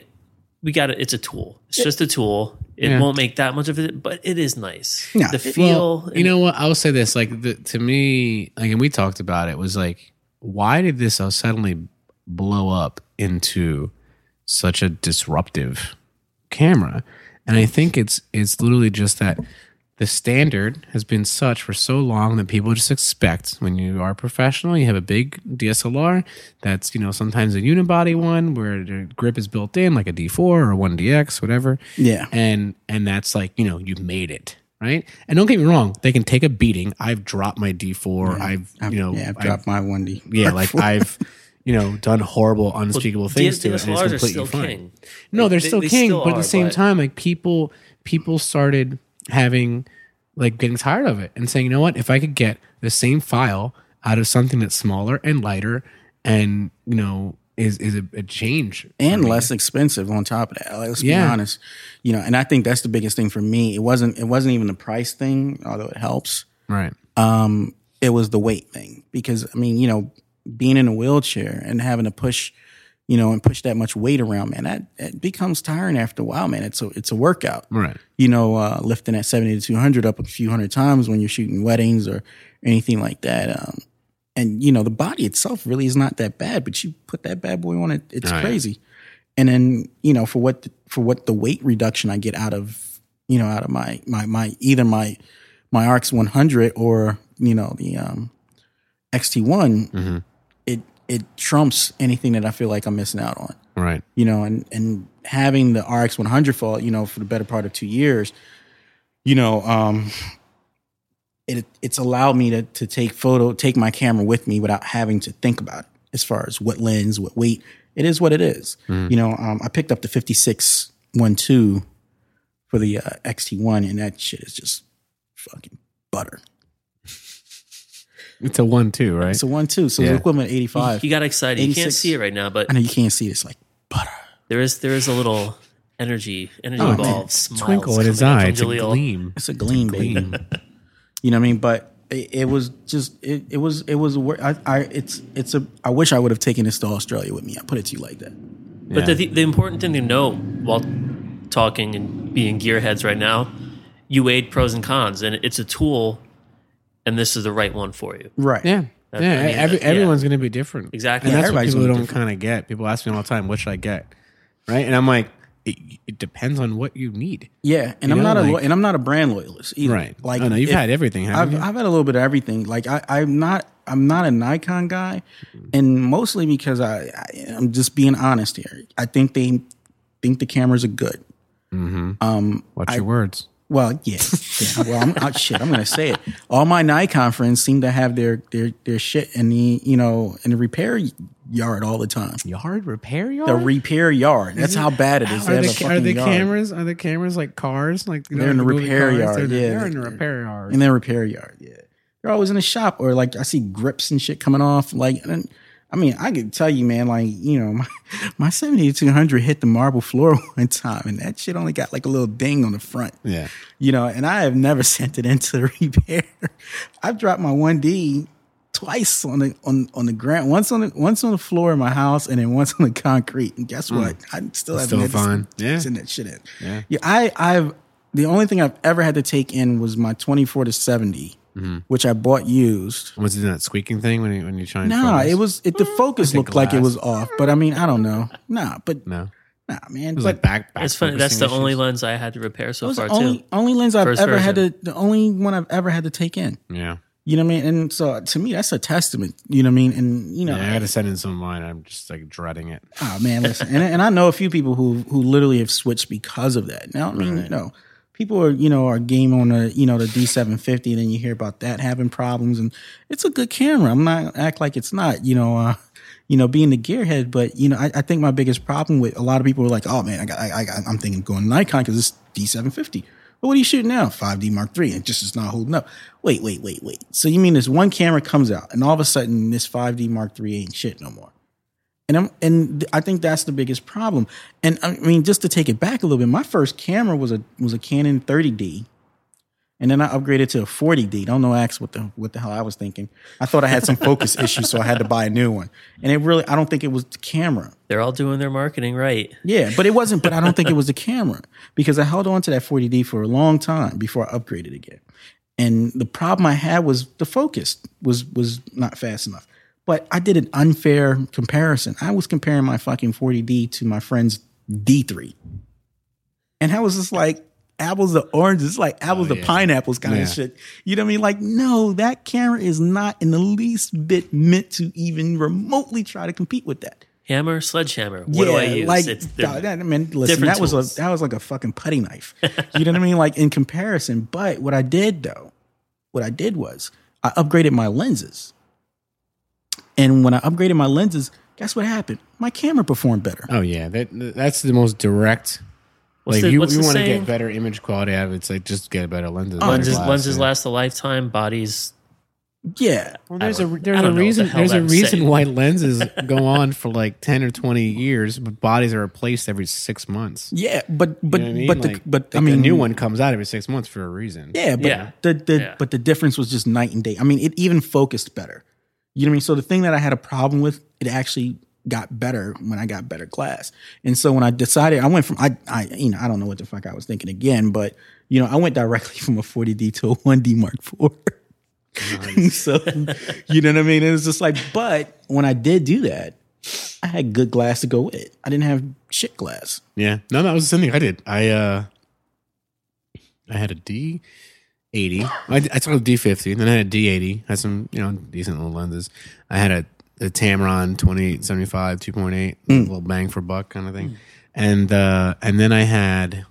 S4: we got it. It's a tool. It's just a tool. It
S1: Yeah.
S4: won't make that much of it, but it is nice.
S3: Yeah.
S4: The
S3: Well,
S4: feel,
S1: you know what? I will say this: like the, to me, like, and we talked about it. Was like, why did this all suddenly blow up into such a disruptive camera? And I think it's it's literally just that the standard has been such for so long that people just expect when you are a professional, you have a big DSLR that's you know sometimes a unibody one where the grip is built in, like a D4 or one DX, whatever
S3: Yeah.
S1: and and that's like you know you've made it right and don't get me wrong they can take a beating i've dropped my d4 i've you know
S3: yeah, I've
S1: I've-
S3: dropped my one D.
S1: yeah like i've you know done horrible unspeakable things to it and it's
S4: DSLRs are
S1: completely
S4: still
S1: fine
S4: king.
S1: no they're
S4: They-
S1: still
S4: they
S1: king
S4: still
S1: but at the
S4: are,
S1: same
S4: but-
S1: time like people people started having like getting tired of it and saying you know what if i could get the same file out of something that's smaller and lighter and you know is is a, a change
S3: and less expensive on top of that. Like, let's
S1: Yeah.
S3: be honest, you know. And I think that's the biggest thing for me. It wasn't. It wasn't even the price thing, although it helps.
S1: right
S3: Um, it was the weight thing because I mean, you know, being in a wheelchair and having to push, you know, and push that much weight around, man, that it becomes tiring after a while, man. It's a it's a workout.
S1: right
S3: You know, uh, lifting that seventy to two hundred up a few hundred times when you're shooting weddings or anything like that. Um, and you know, the body itself really is not that bad, but you put that bad boy on it, it's
S1: Right.
S3: crazy. And then you know, for what for what the weight reduction I get out of you know out of my my my either my my RX 100 or you know the um, XT one,
S1: Mhm.
S3: it it trumps anything that I feel like I'm missing out on.
S1: right
S3: You know, and and having the RX 100 for you know for the better part of two years, you know, um, it it's allowed me to to take photo, take my camera with me without having to think about it as far as what lens, what weight. It is what it is.
S4: Mm.
S3: You know, um, I picked up the 56 one two for the uh, XT one, and that shit is just fucking butter.
S1: it's a one two right
S3: It's a one two, so
S1: Yeah.
S3: the equivalent eighty
S4: You,
S3: five.
S4: you got excited. You can't
S3: 86.
S4: see it right now, but
S3: I know you can't see this, like butter.
S4: there is there is a little energy energy
S1: Oh, man.
S4: involved. Smiles
S1: twinkle in his
S4: coming up
S1: eye
S4: from
S1: it's a
S4: Jaleel.
S1: gleam
S3: It's a gleam, baby.
S1: Gleam.
S3: You know what I mean? But it, it was just it, it was it was a wor- I, I it's it's a I wish I would have taken this to Australia with me. I put it to you like that.
S4: But the, the the important thing to know while talking and being gearheads right now, you weighed pros and cons, and it's a tool, and this is the right one for you.
S3: Right.
S1: Yeah.
S4: That-
S1: yeah,
S4: I mean,
S1: every,
S4: that- yeah.
S1: everyone's going to be different.
S4: Exactly.
S1: And
S4: Yeah,
S1: that's what
S3: everybody's
S1: people
S3: gonna be
S1: don't kind of get. People ask me all the time, what should I get? Right? And I'm like, it, it depends on what you need.
S3: Yeah. And
S1: You
S3: I'm
S1: know,
S3: not a lo-
S1: like-
S3: and I'm not a brand loyalist either.
S1: Right.
S3: Like
S1: Oh, no, you've
S3: if-
S1: had everything, haven't
S3: I've,
S1: you?
S3: I've had a little bit of everything. Like I, I'm not, I'm not a Nikon guy, and mostly because I, I, I'm just being honest here. I think they think the cameras are good.
S1: Watch your words.
S3: Well, yeah, yeah. Well, I'm, oh, shit, I'm gonna say it. All my Nikon friends seem to have their their their shit in the you know in the repair yard all the time.
S1: Yard repair yard?
S3: The repair yard. That's how bad it is. They
S1: are
S3: have a
S1: the, are
S3: fucking
S1: the
S3: yard.
S1: cameras are the cameras like cars like you
S3: They're in
S1: like
S3: the
S1: movie
S3: repair
S1: cars?
S3: yard,
S1: They're,
S3: yeah.
S1: they're in the repair yard.
S3: in their repair yard? Yeah, they're always in the shop or like I see grips and shit coming off. Like, and, I mean, I could tell you, man. Like, you know, my my 7200 hit the marble floor one time, and that shit only got like a little ding on the front.
S1: yeah.
S3: you know, and I have never sent it into repair. I've dropped my one D twice on the on on the ground, once on the once on the floor in my house, and then once on the concrete. And guess what? I still haven't
S1: Hmm. still
S3: had to
S1: fine.
S3: s-
S1: Yeah.
S3: send that shit in.
S1: Yeah.
S3: I I've the only thing I've ever had to take in was my twenty four to 70
S1: Mm-hmm.
S3: which I bought used.
S1: Was it that squeaking thing when you when you try and
S3: Nah,
S1: focus? Hmm.
S3: it was it. The focus looked like it
S1: glass.
S3: was off, but I mean, I don't know. Nah, but
S1: no. It
S3: nah, man.
S1: was
S3: but-
S1: like back back.
S4: That's funny. That's
S1: focusing
S4: the only
S1: issues.
S4: lens I had to repair so
S3: That was
S4: far
S3: the only,
S4: too.
S3: only lens I've
S4: First
S3: ever had to.
S4: version.
S3: The only one I've ever had to take in.
S1: Yeah.
S3: You know what I mean? And so to me, that's a testament. You know what I mean? And you know,
S1: Yeah, I got to send in some of mine. I'm just like dreading it.
S3: Oh man, listen, and, and I know a few people who who literally have switched because of that. Now, I mean, you know, people are you know are game on the you know the D seven fifty, and then you hear about that having problems, and it's a good camera. I'm not gonna act like it's not. You know, uh, you know, being the gearhead, but you know, I, I think my biggest problem with a lot of people are like, oh man, I got, I, I I'm thinking of going Nikon because it's D seven fifty. But what are you shooting now? 5D Mark III. It just is not holding up. Wait, wait, wait, wait. So you mean this one camera comes out and all of a sudden this 5D Mark III ain't shit no more? And I'm, and th- I think that's the biggest problem. And I mean, just to take it back a little bit, my first camera was a was a Canon 30D, and then I upgraded to a 40D. Don't know, ask what the what the hell I was thinking. I thought I had some focus issues, so I had to buy a new one. And it really, I don't think it was the camera.
S4: They're all doing their marketing right.
S3: Yeah, but it wasn't. But I don't think it was the camera because I held on to that 40D for a long time before I upgraded again. And the problem I had was the focus was was not fast enough. But I did an unfair comparison. I was comparing my fucking 40D to my friend's D3, and I was just like apples to oranges, It's like apples to
S1: Oh, yeah.
S3: pineapples kind
S1: Yeah.
S3: of shit. You know what I mean? Like, no, that camera is not in the least bit meant to even remotely try to compete with that.
S4: Hammer, sledgehammer. What do I use?
S3: Like,
S4: it's
S3: dog, that, I mean, listen,
S4: different
S3: that was
S4: tools.
S3: a, that was like a fucking putty knife. you know what I mean? Like in comparison. But what I did though, what I did was I upgraded my lenses. And when I upgraded my lenses, guess what happened? My camera performed better.
S1: Oh yeah, that that's the most direct.
S4: What's
S1: like
S4: the-
S1: you,
S4: what's
S1: you
S4: the
S1: want to
S4: saying? Oh,
S1: get better image quality out of it. It's like just get better lenses. better
S4: lenses,
S1: glass,
S4: lenses
S1: yeah.
S4: last a lifetime. Bodies.
S3: Yeah.
S1: Well, there's
S4: I
S1: a
S4: don't- I
S1: there's
S4: don't
S1: a
S4: know what the
S1: reason
S4: hell
S1: there's a
S4: I'm
S1: reason
S4: saying.
S1: why lenses go on for like ten or twenty years, but bodies are replaced every six months. You
S3: Yeah. But but
S1: know what I mean?
S3: but the,
S1: Like,
S3: but
S1: the-
S3: I mean
S1: the new one comes out every six months for a reason.
S3: Yeah, but
S4: Yeah.
S3: the, the
S4: Yeah.
S3: but the difference was just night and day. I mean, it even focused better. You know what I mean? So the thing that I had a problem with, it actually got better when I got better glass. And so when I decided, I went from I I you know I don't know what the fuck I was thinking again, but you know I went directly from a 40D to a 1D Mark IV. so you know what I mean? It was just like, but when I did do that, I had good glass to go with it. I didn't have shit glass.
S1: Yeah. No, that was something I did. I uh I had a D eighty. I, I took a D fifty, then I had a D eighty. Had some, you know, decent little lenses. I had a, a Tamron twenty eight seventy five, two point eight, little bang for buck kind of thing. And uh and then I had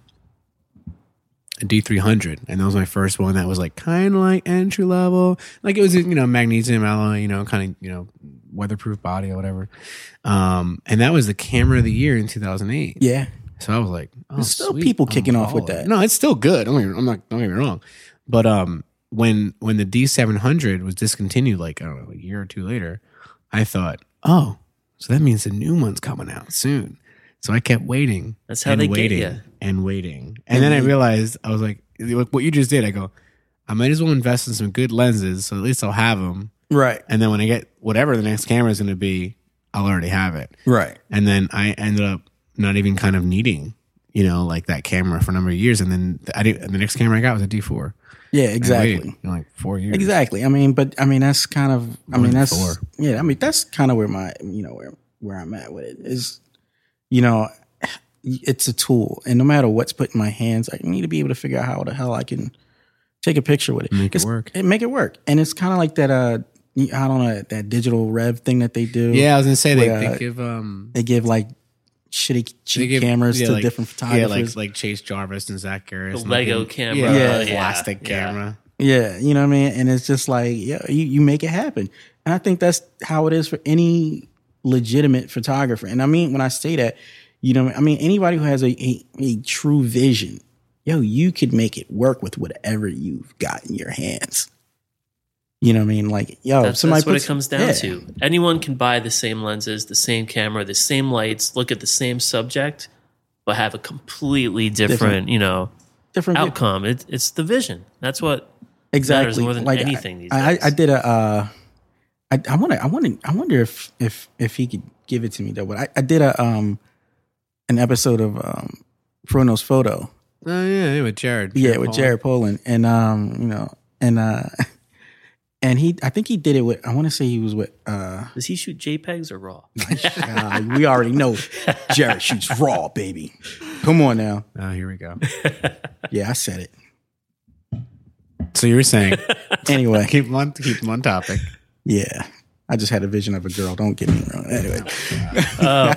S1: a D three hundred, and that was my first one. That was like kind of like entry level, like it was you know magnesium alloy, you know, kind of you know weatherproof body or whatever. Um, and that was the camera of the year in two thousand eight.
S3: Yeah,
S1: So I was like, oh,
S3: There's still
S1: sweet,
S3: people kicking off with
S1: following.
S3: that.
S1: No, it's still good. Don't get me- I'm not. Don't get me wrong. But um, when when the D700 was discontinued, like I don't know, a year or two later, I thought, oh, so that means the new one's coming out soon. So I kept waiting.
S4: That's how
S1: and
S4: they get
S1: waiting
S4: ya.
S1: and waiting. And then I realized I was like, like, what you just did. I go, I might as well invest in some good lenses, so at least I'll have them.
S3: right,
S1: And then when I get whatever the next camera is going to be, I'll already have it
S3: right.
S1: and then I ended up not even kind of needing, you know, like that camera for a number of years. And then I did, and the next camera I got was a D four.
S3: Yeah, exactly.
S1: like four years.
S3: Exactly. I mean, but I mean, that's kind of. I mean,
S1: in
S3: that's
S1: four.
S3: yeah. I mean, that's kind of where my you know where where I'm at with it is, you know, it's a tool, and no matter what's put in my hands, I need to be able to figure out how the hell I can take a picture with it,
S1: Make it
S3: It's-
S1: work.
S3: and make it work. And it's kind of like that. Uh, I don't know that digital rev thing that they do.
S1: Yeah, I was gonna say they,
S3: Where, uh,
S1: they give um
S3: they give like shitty
S1: they
S3: cheap
S1: give
S3: cameras
S1: yeah,
S3: to
S1: like-
S3: different
S1: Yeah,
S3: photographers.
S1: like like Chase Jarvis and Zach Garris.
S4: The
S1: and
S4: Lego
S1: like,
S4: camera,
S1: yeah,
S4: yeah,
S1: plastic
S4: yeah.
S1: camera.
S3: Yeah, you know what I mean? And it's just like, yeah, you, you make it happen. And I think that's how it is for any legitimate photographer. And I mean, when I say that, you know, I mean, anybody who has a, a, a true vision, yo, you could make it work with whatever you've got in your hands. You know what I mean? Like, yo,
S4: That's,
S3: Oh, somebody
S4: that's what
S3: puts-
S4: it comes down
S3: yeah.
S4: to. Anyone can buy the same lenses, the same camera, the same lights, look at the same subject, but have a completely different,
S3: Different.
S4: you know,
S3: Different vi-
S4: outcome. It, it's the vision. That's what. matters
S3: exactly
S4: more than
S3: like
S4: anything
S3: I,
S4: these
S3: I,
S4: days.
S3: I did a uh I, I wanna I wanna I wonder if if if he could give it to me though. But I, I did a um an episode of um Frono's photo.
S1: Oh yeah, yeah, with Jared.
S3: Yeah, with
S1: Polnick.
S3: Jared Poland. And um, you know, and uh and he I think he did it with I wanna say he was with uh
S4: Does he shoot JPEGs or RAW?
S3: uh, we already know Jared shoots raw, baby. Come on now.
S1: Oh, here we go.
S3: Yeah, I said it.
S1: So you were saying
S3: Anyway,
S1: keep one keep them on topic.
S3: yeah, I just had a vision of a girl. Don't get me wrong. Anyway,
S4: Oh,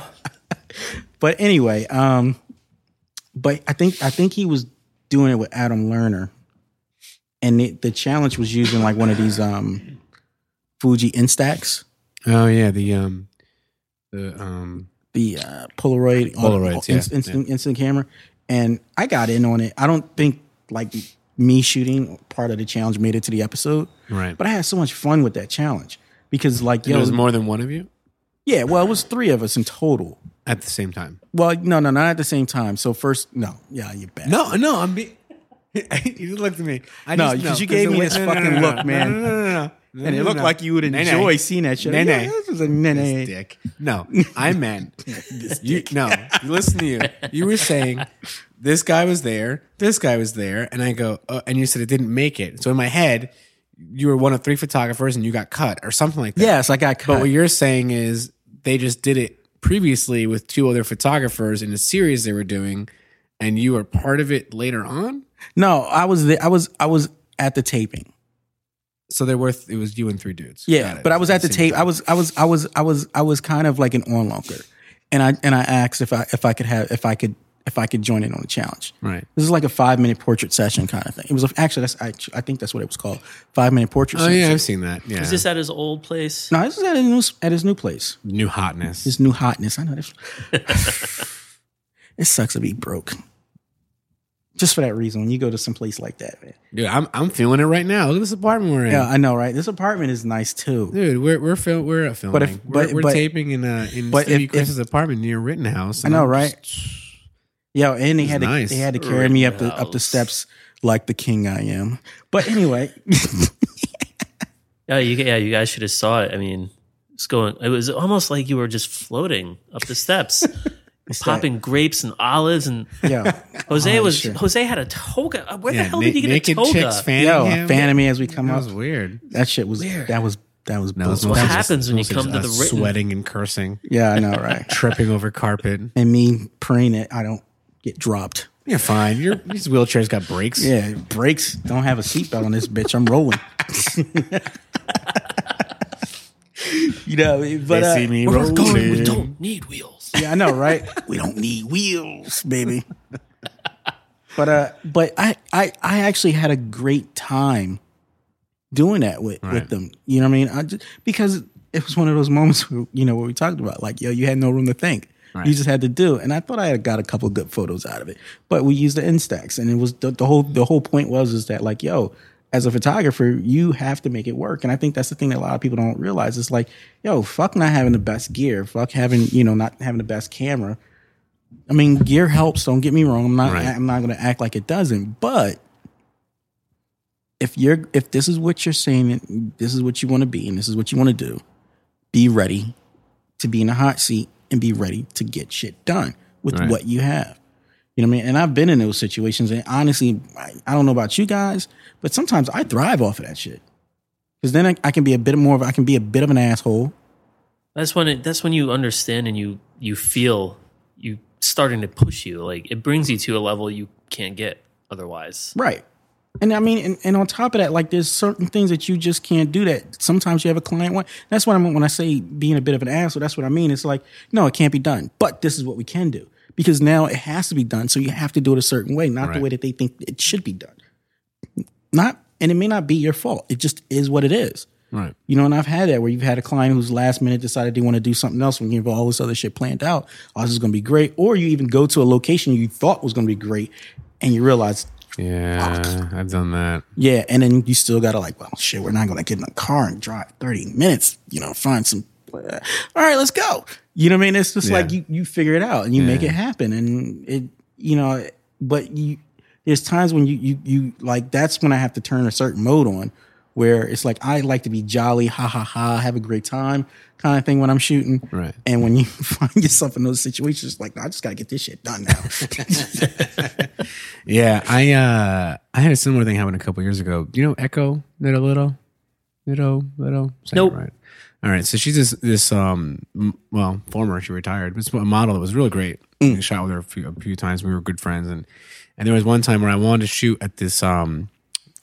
S3: but anyway, um, but I think I think he was doing it with Adam Lerner, and it, the challenge was using like one of these um Fuji Instax,
S1: Oh yeah, the um the um
S3: the uh, Polaroid,
S1: Polaroids, yeah,
S3: inst- instant instant camera, and I got in on it. I don't think like me shooting part of the challenge made it to the episode,
S1: right.
S3: but I had so much fun with that challenge because like
S1: There
S3: yo,
S1: was more than one of you
S3: yeah, well, it was three of us in total.
S1: at the same time.
S3: Well, no, no, not at the same time. So first, no, yeah, you're bad.
S1: No, no, I'm be- you looked at me. I
S3: No,
S1: just-
S3: because you gave me this fucking look, man.
S1: No, no, no, no.
S3: And it looked like you would
S1: Nay, nay.
S3: enjoy seeing that shit.
S1: Nay,
S3: Yeah,
S1: nay.
S3: this was a nay, nay.
S1: dick. No, I meant you, no. Listen to you. You were saying this guy was there, this guy was there, and I go, uh, and you said it didn't make it. So in my head, you were one of three photographers, and you got cut or something like that.
S3: Yes, I got
S1: But
S3: cut.
S1: what you're saying is they just did it previously with two other photographers in a series they were doing, and you were part of it later on.
S3: no, I was the, I was I was at the taping.
S1: So they're worth. It was you and three dudes. Got
S3: Yeah,
S1: it.
S3: but I was at the
S1: Same
S3: tape.
S1: time.
S3: I was I was I was I was I was kind of like an onlooker, and I and I asked if I if I could have if I could if I could join in on the challenge.
S1: right.
S3: This is like a five minute portrait session kind of thing. It was a- actually that's I, I think that's what it was called. Five minute portrait.
S1: Oh
S3: session.
S1: yeah, I've seen that. Yeah,
S4: is this at his old place?
S3: No, this is at his new at his new place.
S1: new hotness.
S3: His new hotness. I know this. it sucks to be broke. Just for that reason, when you go to some place like that, man.
S1: Dude, I'm I'm feeling it right now. Look at this apartment we're in.
S3: Yeah, I know, right? This apartment is nice too.
S1: Dude, we're we're fil- we're at filming.
S3: if-
S1: we're
S3: but-
S1: we're
S3: but-
S1: taping in uh in
S3: but
S1: Stevie
S3: if-
S1: Chris's apartment near Rittenhouse.
S3: I
S1: and
S3: know,
S1: I'm
S3: right? Yo, and they had to,
S1: nice.
S3: they had to carry me up the up the
S4: Rittenhouse.
S3: steps like the king I am. But anyway,
S4: Yeah, you, yeah, you guys should have saw it. I mean, it's going. It was almost like you were just floating up the steps, popping grapes and olives. And
S3: yeah,
S4: Jose
S3: Oh,
S4: was
S3: sure.
S4: Jose had a toga. Uh, Where
S1: Yeah,
S4: the hell
S1: na-
S4: did he get a
S1: naked chicks
S4: toga?
S1: fanning
S3: yo, a
S1: him.
S3: fan of me as we come
S1: That
S3: up.
S1: was weird.
S3: That shit was that was that was
S1: No, it was
S3: bull-
S4: what
S1: mostly just-
S4: happens when you
S1: mostly
S4: come
S1: just
S4: to
S1: us
S4: the Ritten-
S1: sweating and cursing,
S3: yeah, I know, right?
S1: tripping over carpet.
S3: And me praying that I don't get dropped.
S1: You're fine. Your these wheelchairs got brakes.
S3: Yeah, brakes don't have a seatbelt on this bitch. I'm rolling. you know, but
S1: They
S3: uh,
S1: see me
S4: Where we're
S1: rolling.
S4: going, we don't need wheels.
S3: yeah, I know, right? we don't need wheels, baby. but uh, but I, I I actually had a great time doing that with with
S1: Right.
S3: them. You know what I mean? I just, because it was one of those moments where you know what we talked about, like yo, you had no room to think. You
S1: Right.
S3: just had to do, and I thought I had got a couple good photos out of it. But we used the Instax, and it was the, the whole the whole point was is that like yo, as a photographer, you have to make it work, and I think that's the thing that a lot of people don't realize. It's like yo, fuck not having the best gear, fuck having you know not having the best camera. I mean, gear helps. Don't get me wrong. I'm not.
S1: Right.
S3: I'm not going to act like it doesn't. But if you're, if this is what you're saying, and this is what you want to be, and this is what you want to do, be ready to be in the hot seat and be ready to get shit done with
S1: Right.
S3: what you have. You know what I mean? And I've been in those situations, and honestly, I, I don't know about you guys, but sometimes I thrive off of that shit because then I, I can be a bit more of I can be a bit of an asshole.
S4: That's when it, that's when you understand and you you feel you starting to push you. Like it brings you to a level you can't get otherwise.
S3: Right. And I mean, and, and on top of that, like there's certain things that you just can't do that sometimes you have a client want. That's what I mean when I say being a bit of an asshole. That's what I mean. It's like, no, it can't be done, but this is what we can do because now it has to be done. So you have to do it a certain way, not the
S1: Right.
S3: way that they think it should be done. Not, and it may not be your fault. It just is what it is.
S1: Right.
S3: You know, and I've had that where you've had a client who's last minute decided they want to do something else when you have all this other shit planned out. Oh, this is going to be great. Or you even go to a location you thought was going to be great and you realize
S1: Yeah, I've done that.
S3: yeah, and then you still gotta like, well, shit, we're not gonna get in a car and drive thirty minutes. You know, find some. uh, all right, let's go. You know what I mean? It's just like you you figure it out and you make it happen, and it you know, but you there's times when you you you like that's when I have to turn a certain mode on where it's like I like to be jolly, ha ha ha, have a great time kind of thing when I'm shooting.
S1: Right.
S3: And when you find yourself in those situations, it's like no, I just gotta get this shit done now.
S1: Yeah, I uh I had a similar thing happen a couple years ago. Do you know Echo Nitto Little? Nitto Little? Say it
S4: Nope.
S1: Right. All right. So she's this this um m- well, former, she retired, but it's a model that was really great. We shot with her a few, a few times. We were good friends and and there was one time where I wanted to shoot at this um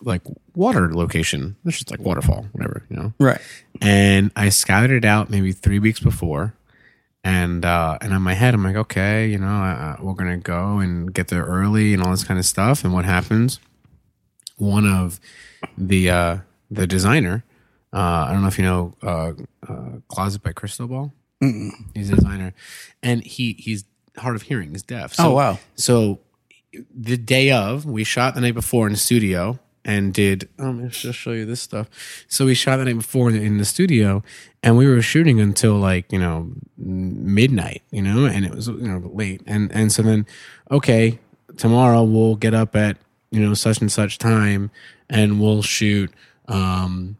S1: like water location. It's just like waterfall, whatever, you know.
S3: Right.
S1: And I scouted it out maybe three weeks before, and uh, and in my head I'm like, okay, you know, uh, we're gonna go and get there early and all this kind of stuff. And what happens? One of the uh, the designer, uh, I don't know if you know, uh, uh, Closet by Cristobal. He's a designer, and he he's hard of hearing. He's deaf. So,
S3: Oh, wow.
S1: So the day of, we shot the night before in the studio and did. Um, let's just show you this stuff. So we shot the night before in the, in the studio, and we were shooting until like you know m- midnight, you know, and it was you know late, and and so then okay, tomorrow we'll get up at you know such and such time, and we'll shoot. Um,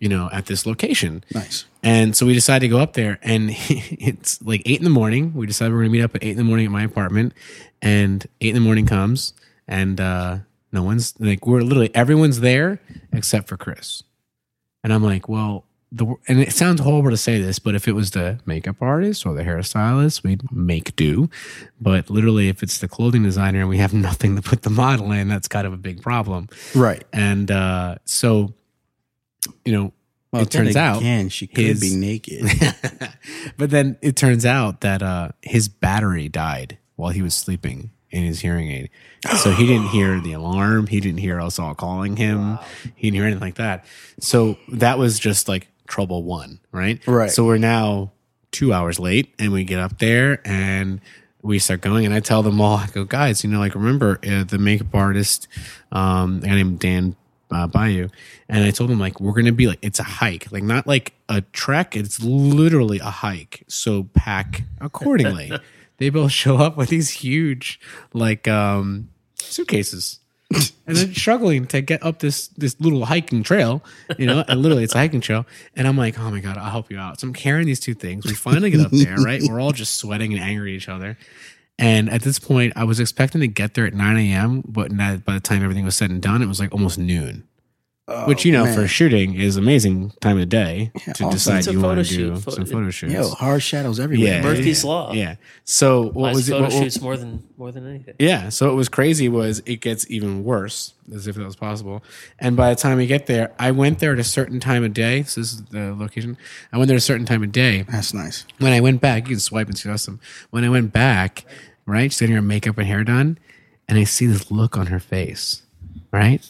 S1: you know, at this location.
S3: Nice.
S1: And so we decided to go up there, and it's like eight in the morning. We decided we're gonna meet up at eight in the morning at my apartment, and eight in the morning comes, and uh, no one's like we're literally everyone's there except for Chris, and I'm like, well, the and it sounds horrible to say this, but if it was the makeup artist or the hairstylist, we'd make do, but literally if it's the clothing designer and we have nothing to put the model in, that's kind of a big problem,
S3: Right.
S1: and uh, so, you know. it
S3: then
S1: turns out
S3: again, she could
S1: his-
S3: be naked.
S1: but then it turns out that uh, his battery died while he was sleeping in his hearing aid. So he didn't hear the alarm. He didn't hear us all calling him. He didn't hear anything like that. So that was just like trouble one, right?
S3: Right.
S1: So we're now two hours late and we get up there and we start going and I tell them all, I go, guys, you know, like remember uh, the makeup artist, um, a guy named Dan uh, Bayou. And I told him like, we're going to be like, it's a hike, like not like a trek. It's literally a hike. So pack accordingly. they both show up with these huge like, um, suitcases and then struggling to get up this this little hiking trail, you know, and literally it's a hiking trail. And I'm like, oh my god, I'll help you out. So I'm carrying these two things. We finally get up there, right? We're all just sweating and angry at each other. And at this point, I was expecting to get there at 9 a.m., but now- by the time everything was said and done, it was like almost noon.
S3: Oh,
S1: Which you know for shooting is amazing time of day to
S3: also-
S1: decide
S4: It's a
S1: you want
S4: photo
S1: to do
S4: shoot. Pho-
S1: some photo shoots.
S3: Yo, hard shadows everywhere.
S1: Yeah.
S4: Murphy's Law.
S1: Yeah. So what
S4: Why
S1: was
S4: is
S1: it?
S4: photo
S1: what- what-
S4: shoots more than more than anything.
S1: yeah. So what was crazy was it gets even worse, as if that was possible. And by the time we get there, I went there at a certain time of day. So this is the location. I went there at a certain time of day.
S3: That's nice.
S1: When I went back, you can swipe and see awesome. When I went back, right, she's getting her makeup and hair done, and I see this look on her face, right,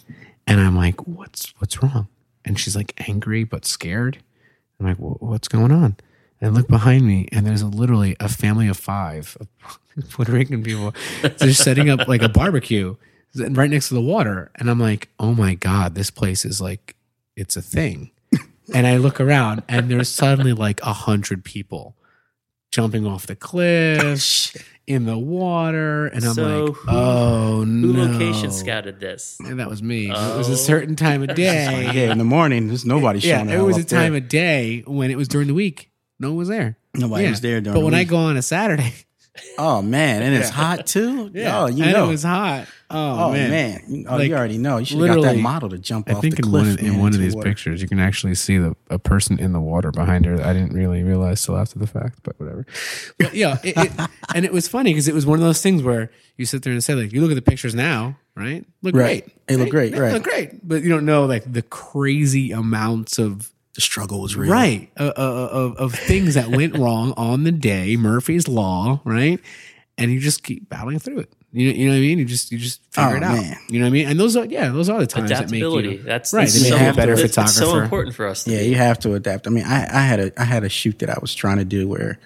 S1: and I'm like, "What's what's wrong?" And she's like angry but scared. I'm like, "Wha- "What's going on?" And I look behind me, and there's literally a family of five of Puerto Rican people. They're setting up like a barbecue right next to the water, and I'm like, "Oh my god, this place is like it's a thing." And I look around, and there's suddenly like a hundred people jumping off the cliff in the water, and I'm
S4: So
S1: like,
S4: who-
S1: "Oh
S4: Who
S1: no!"
S4: location scouted this?
S1: And that was me. It was a
S4: Oh.
S1: certain time of day.
S3: Like, yeah, in the morning, there's nobody
S1: yeah,
S3: showing the
S1: it
S3: hell
S1: was
S3: up
S1: a time
S3: there.
S1: of day when it was during the week. No one was there.
S3: Nobody
S1: Yeah.
S3: was there during
S1: But
S3: the
S1: when I
S3: week.
S1: go on a Saturday,
S3: Oh man, and it's hot too. Yeah, you
S1: and
S3: know.
S1: it was hot. Oh,
S3: oh
S1: man.
S3: man, You- oh
S1: Like,
S3: you already know. You should have got that
S1: literally,
S3: model to jump
S1: I
S3: off
S1: think
S3: the
S1: in
S3: cliff.
S1: one of, in
S3: man,
S1: one of
S3: into
S1: these
S3: water.
S1: pictures, you can actually see the, a person in the water behind her. I didn't really realize till after the fact, but whatever. But yeah, it, it, and it was funny because it was one of those things where you sit there and say, like, you look at the pictures now, right? Look
S3: Right.
S1: great.
S3: They look great,
S1: They
S3: right.
S1: look great, but you don't know like the crazy amounts of
S3: The struggle was real.
S1: right uh, uh, uh, of, of things that went wrong on the day murphy's law right and you just keep battling through it you know, you know what i mean you just you just figure
S3: Oh,
S1: it out
S3: man.
S1: you know what i mean and those are yeah those are the times that make
S4: Adaptability.
S1: you
S4: That's
S1: right
S4: That's
S1: they
S4: so,
S1: make you a better
S4: that's- that's
S1: photographer
S4: so important for us. To
S3: Yeah,
S4: be.
S3: you have to adapt. I mean, I, I had a I had a shoot that I was trying to do where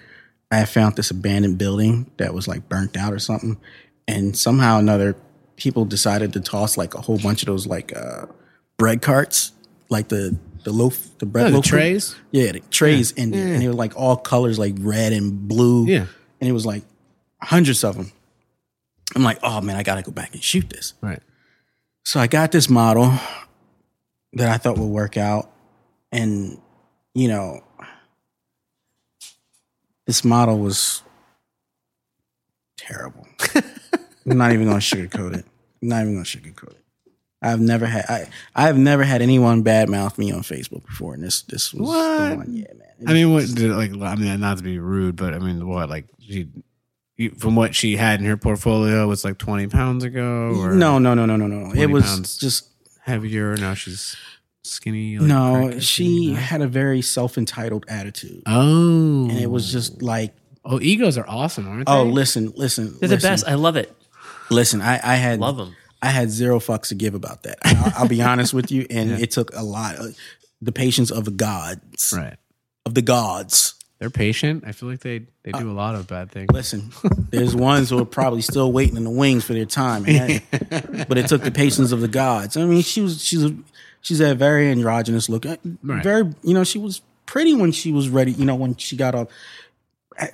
S3: I had found this abandoned building that was like burnt out or something, and somehow or another people decided to toss like a whole bunch of those like uh, bread carts, like the the loaf, the bread
S1: Oh, the
S3: loaf
S1: trays?
S3: Yeah, the trays, in there, and they were like all colors, like red and blue.
S1: Yeah.
S3: and it was like hundreds of them. I'm like, oh man, I gotta go back and shoot this.
S1: right
S3: So I got this model that I thought would work out. And, you know, this model was terrible. I'm not even gonna sugarcoat it. I'm not even gonna sugarcoat it. I've never had I I've never had anyone badmouth me on Facebook before, and this this was the
S1: What?
S3: one. Yeah, man.
S1: i mean what did, like i mean not to be rude but i mean what like she you, from what she had in her portfolio was like 20 pounds ago or
S3: no, no, no, no, no, no. It
S1: 20
S3: was
S1: pounds.
S3: just
S1: heavier. Now she's skinny. like
S3: No,
S1: crack-
S3: she
S1: no?
S3: had a very self entitled attitude,
S1: Oh,
S3: and it was just like,
S1: oh, egos are awesome, aren't they?
S3: oh, listen, listen,
S4: They're the
S3: listen,
S4: best. I love it.
S3: Listen, I, I had
S4: Love 'em.
S3: I had zero fucks to give about that. I'll, I'll be honest with you, and it took a lot. Of, the patience of the gods,
S1: right.
S3: of the gods.
S1: They're patient. I feel like they they
S3: Uh,
S1: do a lot of bad things.
S3: Listen, there's ones who are probably still waiting in the wings for their time, and that- but it took the patience of the gods. I mean, she was she's a, she's a very androgynous look, Uh,
S1: Right.
S3: very you know she was pretty when she was ready. You know when she got up. I,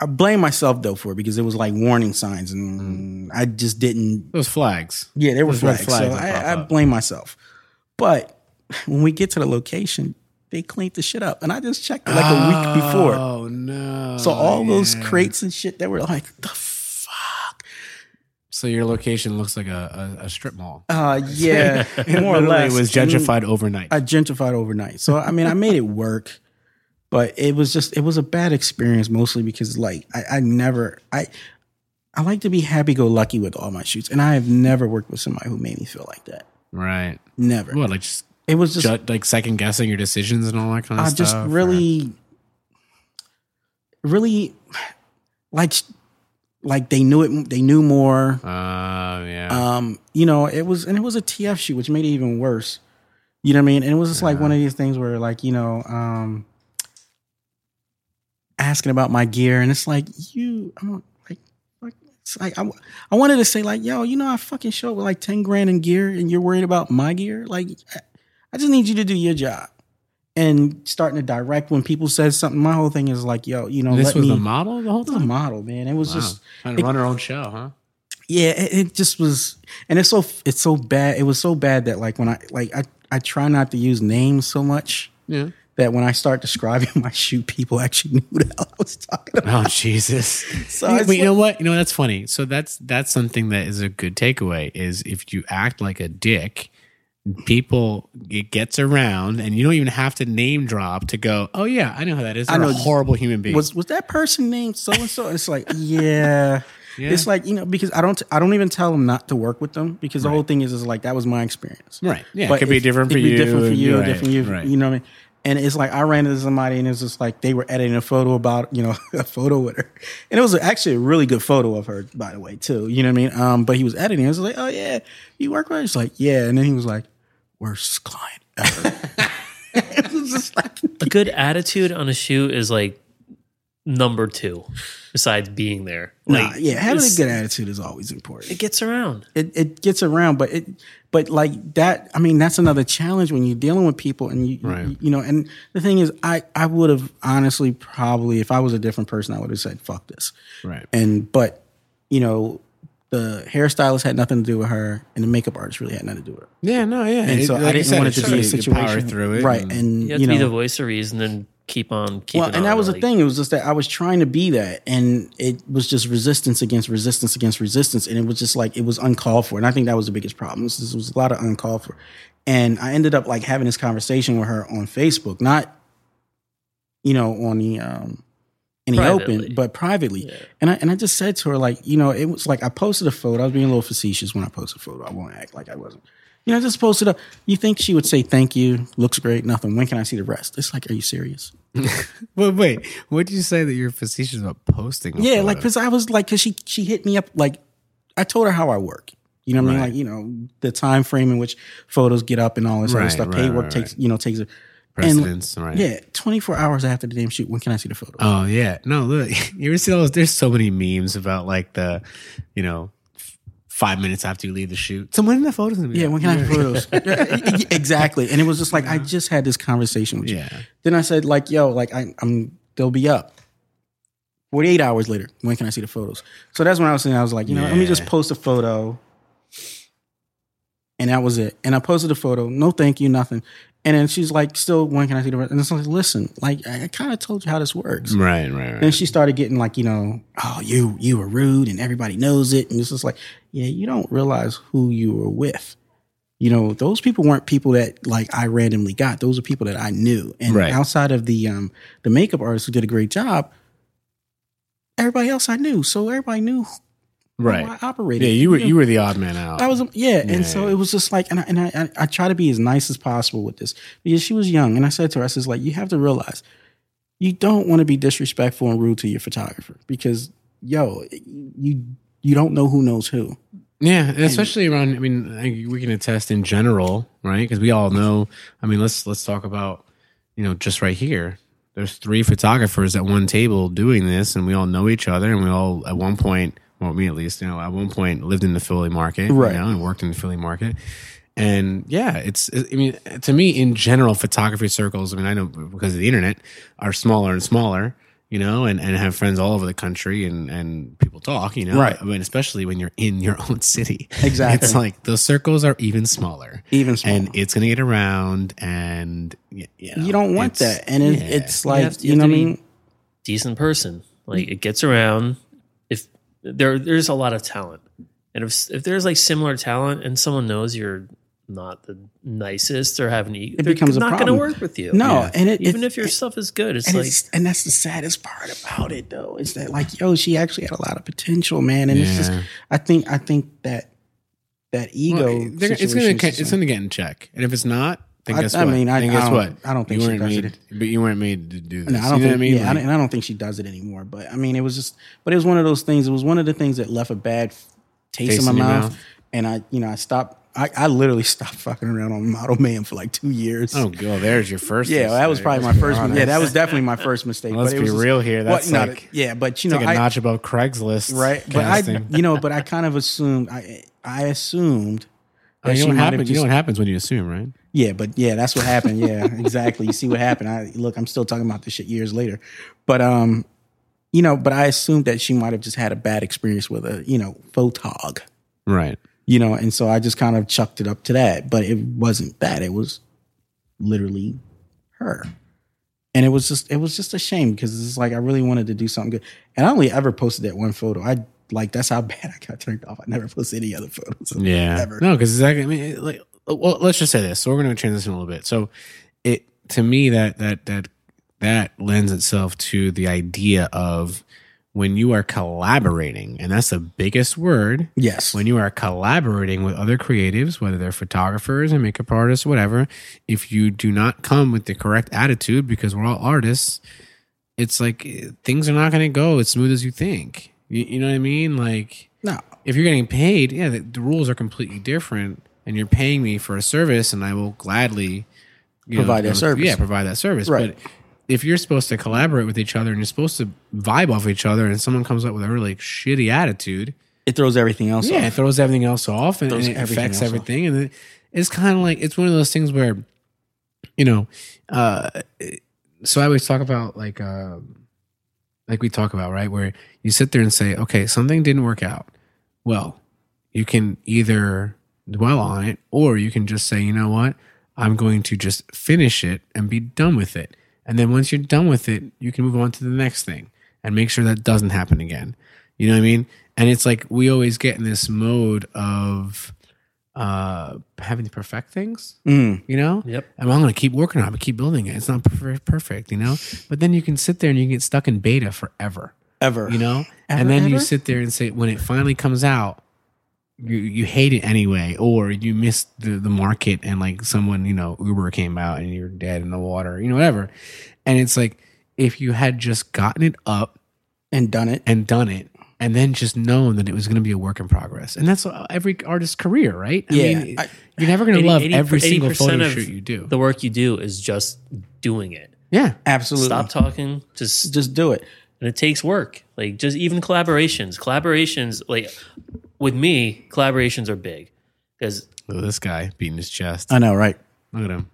S3: I blame myself though for it because it was like warning signs, and
S4: Mm.
S3: I just didn't
S1: Those flags.
S3: Yeah, there was
S1: Those red
S3: flags.
S1: flags
S3: so
S1: that pop
S3: I, I
S1: up.
S3: blame myself. But when we get to the location, they cleaned the shit up, and I just checked it like a week before.
S1: Oh no!
S3: So all those
S1: yeah.
S3: crates and shit, they were like the fuck.
S1: So your location looks like a, a, a strip mall.
S3: Uh, yeah, more or
S1: Literally,
S3: less.
S1: it was
S3: And
S1: gentrified overnight.
S3: I gentrified overnight. So I mean, I made it work, but it was just it was a bad experience mostly because like I, I never I. I like to be happy go lucky with all my shoots, and I have never worked with somebody who made me feel like that.
S1: right.
S3: Never.
S1: What like just,
S3: It was just
S1: ju- like second guessing your decisions and all that kind of
S3: I
S1: stuff.
S3: just
S1: or-
S3: really, really, like, like they knew it. They knew more.
S1: Oh yeah.
S3: Um, you know, it was and it was a TF shoot, which made it even worse. You know what I mean? And it was just like one of these things where, like, you know, um, asking about my gear, and it's like you, I'm like, like, it's like I, I wanted to say like, yo, you know, I fucking show up with like ten grand in gear, and you're worried about my gear. Like, I- I just need you to do your job. And starting to direct when people says something, my whole thing is like, yo, you know,
S1: this
S3: uh, let
S1: was
S3: me.
S1: the model the whole
S3: It was a
S1: time.
S3: model, man. It was
S1: Wow.
S3: just
S1: trying to run her own show, huh?
S3: yeah it, it just was and it's so it's so bad it was so bad that like when i like i i try not to use names so much
S1: Yeah.
S3: that when i start describing my shoot people actually knew what the hell i was talking about
S1: Oh Jesus!
S3: So
S1: But
S3: it's
S1: you know what? You know that's funny. So that's that's something that is a good takeaway. Is if you act like a dick, people it gets around, and you don't even have to name drop to go. Oh yeah, I know how that is.
S3: I
S1: They're a
S3: know.
S1: horrible human being.
S3: was was that person named so and so it's like yeah It's like you know because I don't I don't even tell them not to work with them because the whole thing is is like that was my experience
S1: Right. Yeah, it could be different
S3: it
S1: for
S3: could
S1: you,
S3: be different for
S1: and-
S3: you
S1: right,
S3: different you
S1: right.
S3: you know what I mean and it's like I ran into somebody and it's just like they were editing a photo about you know a photo with her and it was actually a really good photo of her by the way too you know what I mean um but he was editing it was like oh yeah you work with her it's like yeah and then he was like worst client ever it was just like
S4: A good attitude on a shoot is like number two, besides being there. Like,
S3: nah, yeah having a
S4: it's-
S3: good attitude is always important
S4: It gets around.
S3: it, it gets around but it but like that i mean that's another challenge when you're dealing with people and you
S1: Right.
S3: you know and the thing is i i would have honestly probably if i was a different person i would have said fuck this
S1: right.
S3: and but you know the hairstylist had nothing to do with her and the makeup artist really had nothing to do with her
S1: Yeah. No. Yeah.
S3: and so
S1: like
S3: i
S1: you
S3: didn't
S1: said,
S3: want it
S1: it's
S3: to be a
S1: sort of you can
S3: situation
S1: power through it,
S3: right
S1: and-
S3: and,
S4: You have
S3: you
S4: to
S3: know
S4: be the voice of reason and keep on keeping
S3: well, and that
S4: on,
S3: was the
S4: like-
S3: thing. It was just that I was trying to be that, and it was just resistance against resistance against resistance, and it was just like it was uncalled for. And I think that was the biggest problem. This was a lot of uncalled for, and I ended up like having this conversation with her on Facebook, not, you know, on the um, in the
S4: Privately.
S3: open, but privately. And I and I just said to her like, you know, it was like I posted a photo. I was being a little facetious when I posted a photo. I won't act like I wasn't. You know, I just posted up. You think she would say thank you? Looks great. Nothing. When can I see the rest? It's like, are you serious?
S1: But wait, what did you say that you're facetious about posting? a
S3: Yeah,
S1: photo?
S3: like because I was like, because she she hit me up like I told her how I work. You know what I mean? Like you know the time frame in which photos get up and all this other
S1: Right,
S3: stuff.
S1: right,
S3: Paid work
S1: right,
S3: takes you know takes a
S1: precedence, right?
S3: And, yeah, twenty four hours after the damn shoot. When can I see the photo?
S1: Oh yeah, no. Look, you ever see those? There's so many memes about like the, you know, f- five minutes after you leave the shoot. Someone in the photos. gonna be
S3: yeah,
S1: like,
S3: when can I have photos? Yeah, e- e- exactly. And it was just like I just had this conversation with you.
S1: Yeah.
S3: Then I said like, yo, like I, I'm they'll be up. 48 hours later, when can I see the photos? So that's when I was saying, I was like, you know, let me just
S1: Yeah.
S3: post a photo. And that was it. And I posted a photo, no thank you, nothing. And then she's like, still, when can I see the rest? And it's like, listen, like, I, I kind of told you how this works.
S1: Right, right,
S3: Then
S1: right.
S3: she started getting like, you know, oh, you you were rude and everybody knows it. And it's just like, yeah, you don't realize who you were with. You know, those people weren't people that like I randomly got. Those are people that I knew. And
S1: Right.
S3: outside of the um the makeup artist who did a great job, everybody else I knew. So everybody knew
S1: Right.
S3: I operated.
S1: Yeah, you were
S3: know?
S1: you were the odd man out.
S3: I was yeah,
S1: Yeah.
S3: and so it was just like, and I, and I I- I try to be as nice as possible with this because she was young, and I said to her, I says like, you have to realize, you don't want to be disrespectful and rude to your photographer because yo, you you don't know who knows who.
S1: Yeah, and especially around. I mean, I think we can attest in general, right? Because we all know. I mean, let's let's talk about you know just right here. There's three photographers at one table doing this, and we all know each other, and we all at one point, well, me at least, you know, at one point lived in the Philly market, you
S3: Right.
S1: know, and worked in the Philly market. And yeah, it's. I mean, to me, in general, photography circles. I mean, I know because of the internet are smaller and smaller, you know, and, and have friends all over the country, and and people talk, you know,
S3: Right.
S1: I mean, especially when you're in your own city.
S3: Exactly.
S1: It's like those circles are even smaller.
S3: Even smaller.
S1: And it's going to get around and y- you, know,
S3: You don't want
S1: it's-
S3: that, and it,
S1: yeah.
S3: it's like you,
S4: have to- you
S3: know
S4: have
S3: what I
S4: to be-
S3: mean.
S4: decent person. Like
S3: Mm.
S4: it gets around. If there there's a lot of talent, and if if there's like similar talent, and someone knows you're not the nicest or having e-
S3: It
S4: they're
S3: becomes a
S4: not going to
S3: problem.
S4: work with you.
S3: No, and it
S4: even
S3: it-
S4: if your stuff is good, it's
S3: and
S4: like
S3: it's, and that's the saddest part about it though is that like yo she actually had a lot of potential man and it's just
S1: Yeah.
S3: i think i think that that ego
S1: Well, they're- it's
S3: situation
S1: going
S3: is
S1: to
S3: just
S1: it's going to get in check. And if it's not, then
S3: I-
S1: guess
S3: I
S1: what?
S3: mean, I-
S1: then
S3: I
S1: guess
S3: don't-
S1: what?
S3: I don't think
S1: you
S3: she
S1: weren't
S3: does
S1: made,
S3: it.
S1: but you weren't made to do this.
S3: No, I don't
S1: you know
S3: think.
S1: what I mean?
S3: yeah, I
S1: Like,
S3: don't, and I don't think she does it anymore. But I mean, it was just. But it was one of those things. It was one of the things that left a bad f- taste,
S1: Taste
S3: in my
S1: in your
S3: mouth,
S1: mouth.
S3: And I, you know, I stopped. I, I literally stopped fucking around on Model Man for like two years.
S1: oh, go there's your first.
S3: yeah, well, that was
S1: mistake.
S3: probably my
S1: Let's be
S3: first. one.
S1: honest.
S3: Yeah, that was definitely my first mistake.
S1: Let's
S3: but it
S1: be
S3: was just-
S1: real here.
S3: well,
S1: That's
S3: no,
S1: like
S3: yeah, but you
S1: it's
S3: know,
S1: like a
S3: I,
S1: notch above Craigslist,
S3: right? But
S1: casting.
S3: I, you know, but I kind of assumed. I I assumed.
S1: I mean,
S3: she
S1: you know what
S3: might have
S1: happens. You know
S3: just-
S1: what happens when you assume, right?
S3: Yeah, but yeah, that's what happened. Yeah, exactly. You see what happened. I look, I'm still talking about this shit years later. But um, you know, but I assumed that she might have just had a bad experience with a, you know, photog.
S1: Right.
S3: You know, and so I just kind of chucked it up to that. But it wasn't that. It was literally her. And it was just it was just a shame because it's like I really wanted to do something good. And I only ever posted that one photo. I like that's how bad I got turned off. I never posted any other photos.
S1: yeah
S3: ever.
S1: no because exactly i mean it- like well let's just say this so we're going to transition a little bit so it to me that that that that lends itself to the idea of when you are collaborating and that's the biggest word
S3: Yes.
S1: when you are collaborating with other creatives, whether they're photographers and makeup artists, whatever, if you do not come with the correct attitude, because we're all artists, it's like eh, things are not going to go as smooth as you think. You, you know what I mean? Like,
S3: No.
S1: If you're getting paid, yeah, the, the rules are completely different, and you're paying me for a service, and I will gladly you know,
S3: Provide
S1: go-
S3: that service.
S1: Yeah, provide that service.
S3: Right.
S1: But if you're supposed to collaborate with each other and you're supposed to vibe off each other, and someone comes up with a really shitty attitude,
S3: It throws everything else
S1: yeah, it
S3: off.
S1: throws everything else off and,
S3: Throws
S1: and it
S3: everything
S1: affects
S3: else off.
S1: everything. And it, it's kind of like it's one of those things where, you know, uh, so I always talk about like, uh, like we talk about right where you sit there and say, okay, something didn't work out. Well, you can either dwell on it or you can just say, you know what, I'm going to just finish it and be done with it. And then once you're done with it, you can move on to the next thing and make sure that doesn't happen again. You know what I mean? And it's like we always get in this mode of uh having to perfect things,
S3: Mm.
S1: you know?
S4: Yep.
S1: And I'm going to keep working on it, I'm gonna keep building it. It's not per- perfect, you know? But then you can sit there and you can get stuck in beta forever
S3: Ever.
S1: you know
S3: Ever,
S1: and then you
S3: ever?
S1: sit there and say when it finally comes out you you hate it anyway or you missed the, the market and like someone you know uber came out and you're dead in the water you know whatever and it's like if you had just gotten it up
S3: and done it.
S1: and done it and then just known that it was going to be a work in progress and that's every artist's career right i
S3: Yeah,
S1: mean
S3: I-
S1: you're never going to
S4: 80
S1: love
S4: 80
S1: every single
S4: 80%
S1: photo
S4: of
S1: shoot you do
S4: The work you do is just doing it.
S1: yeah
S3: Absolutely.
S4: Stop talking. Just
S3: Just do it.
S4: and it takes work. Like just even collaborations. Collaborations like with me, collaborations are big because
S1: Look at this guy beating his chest
S3: I know, right?
S1: look at him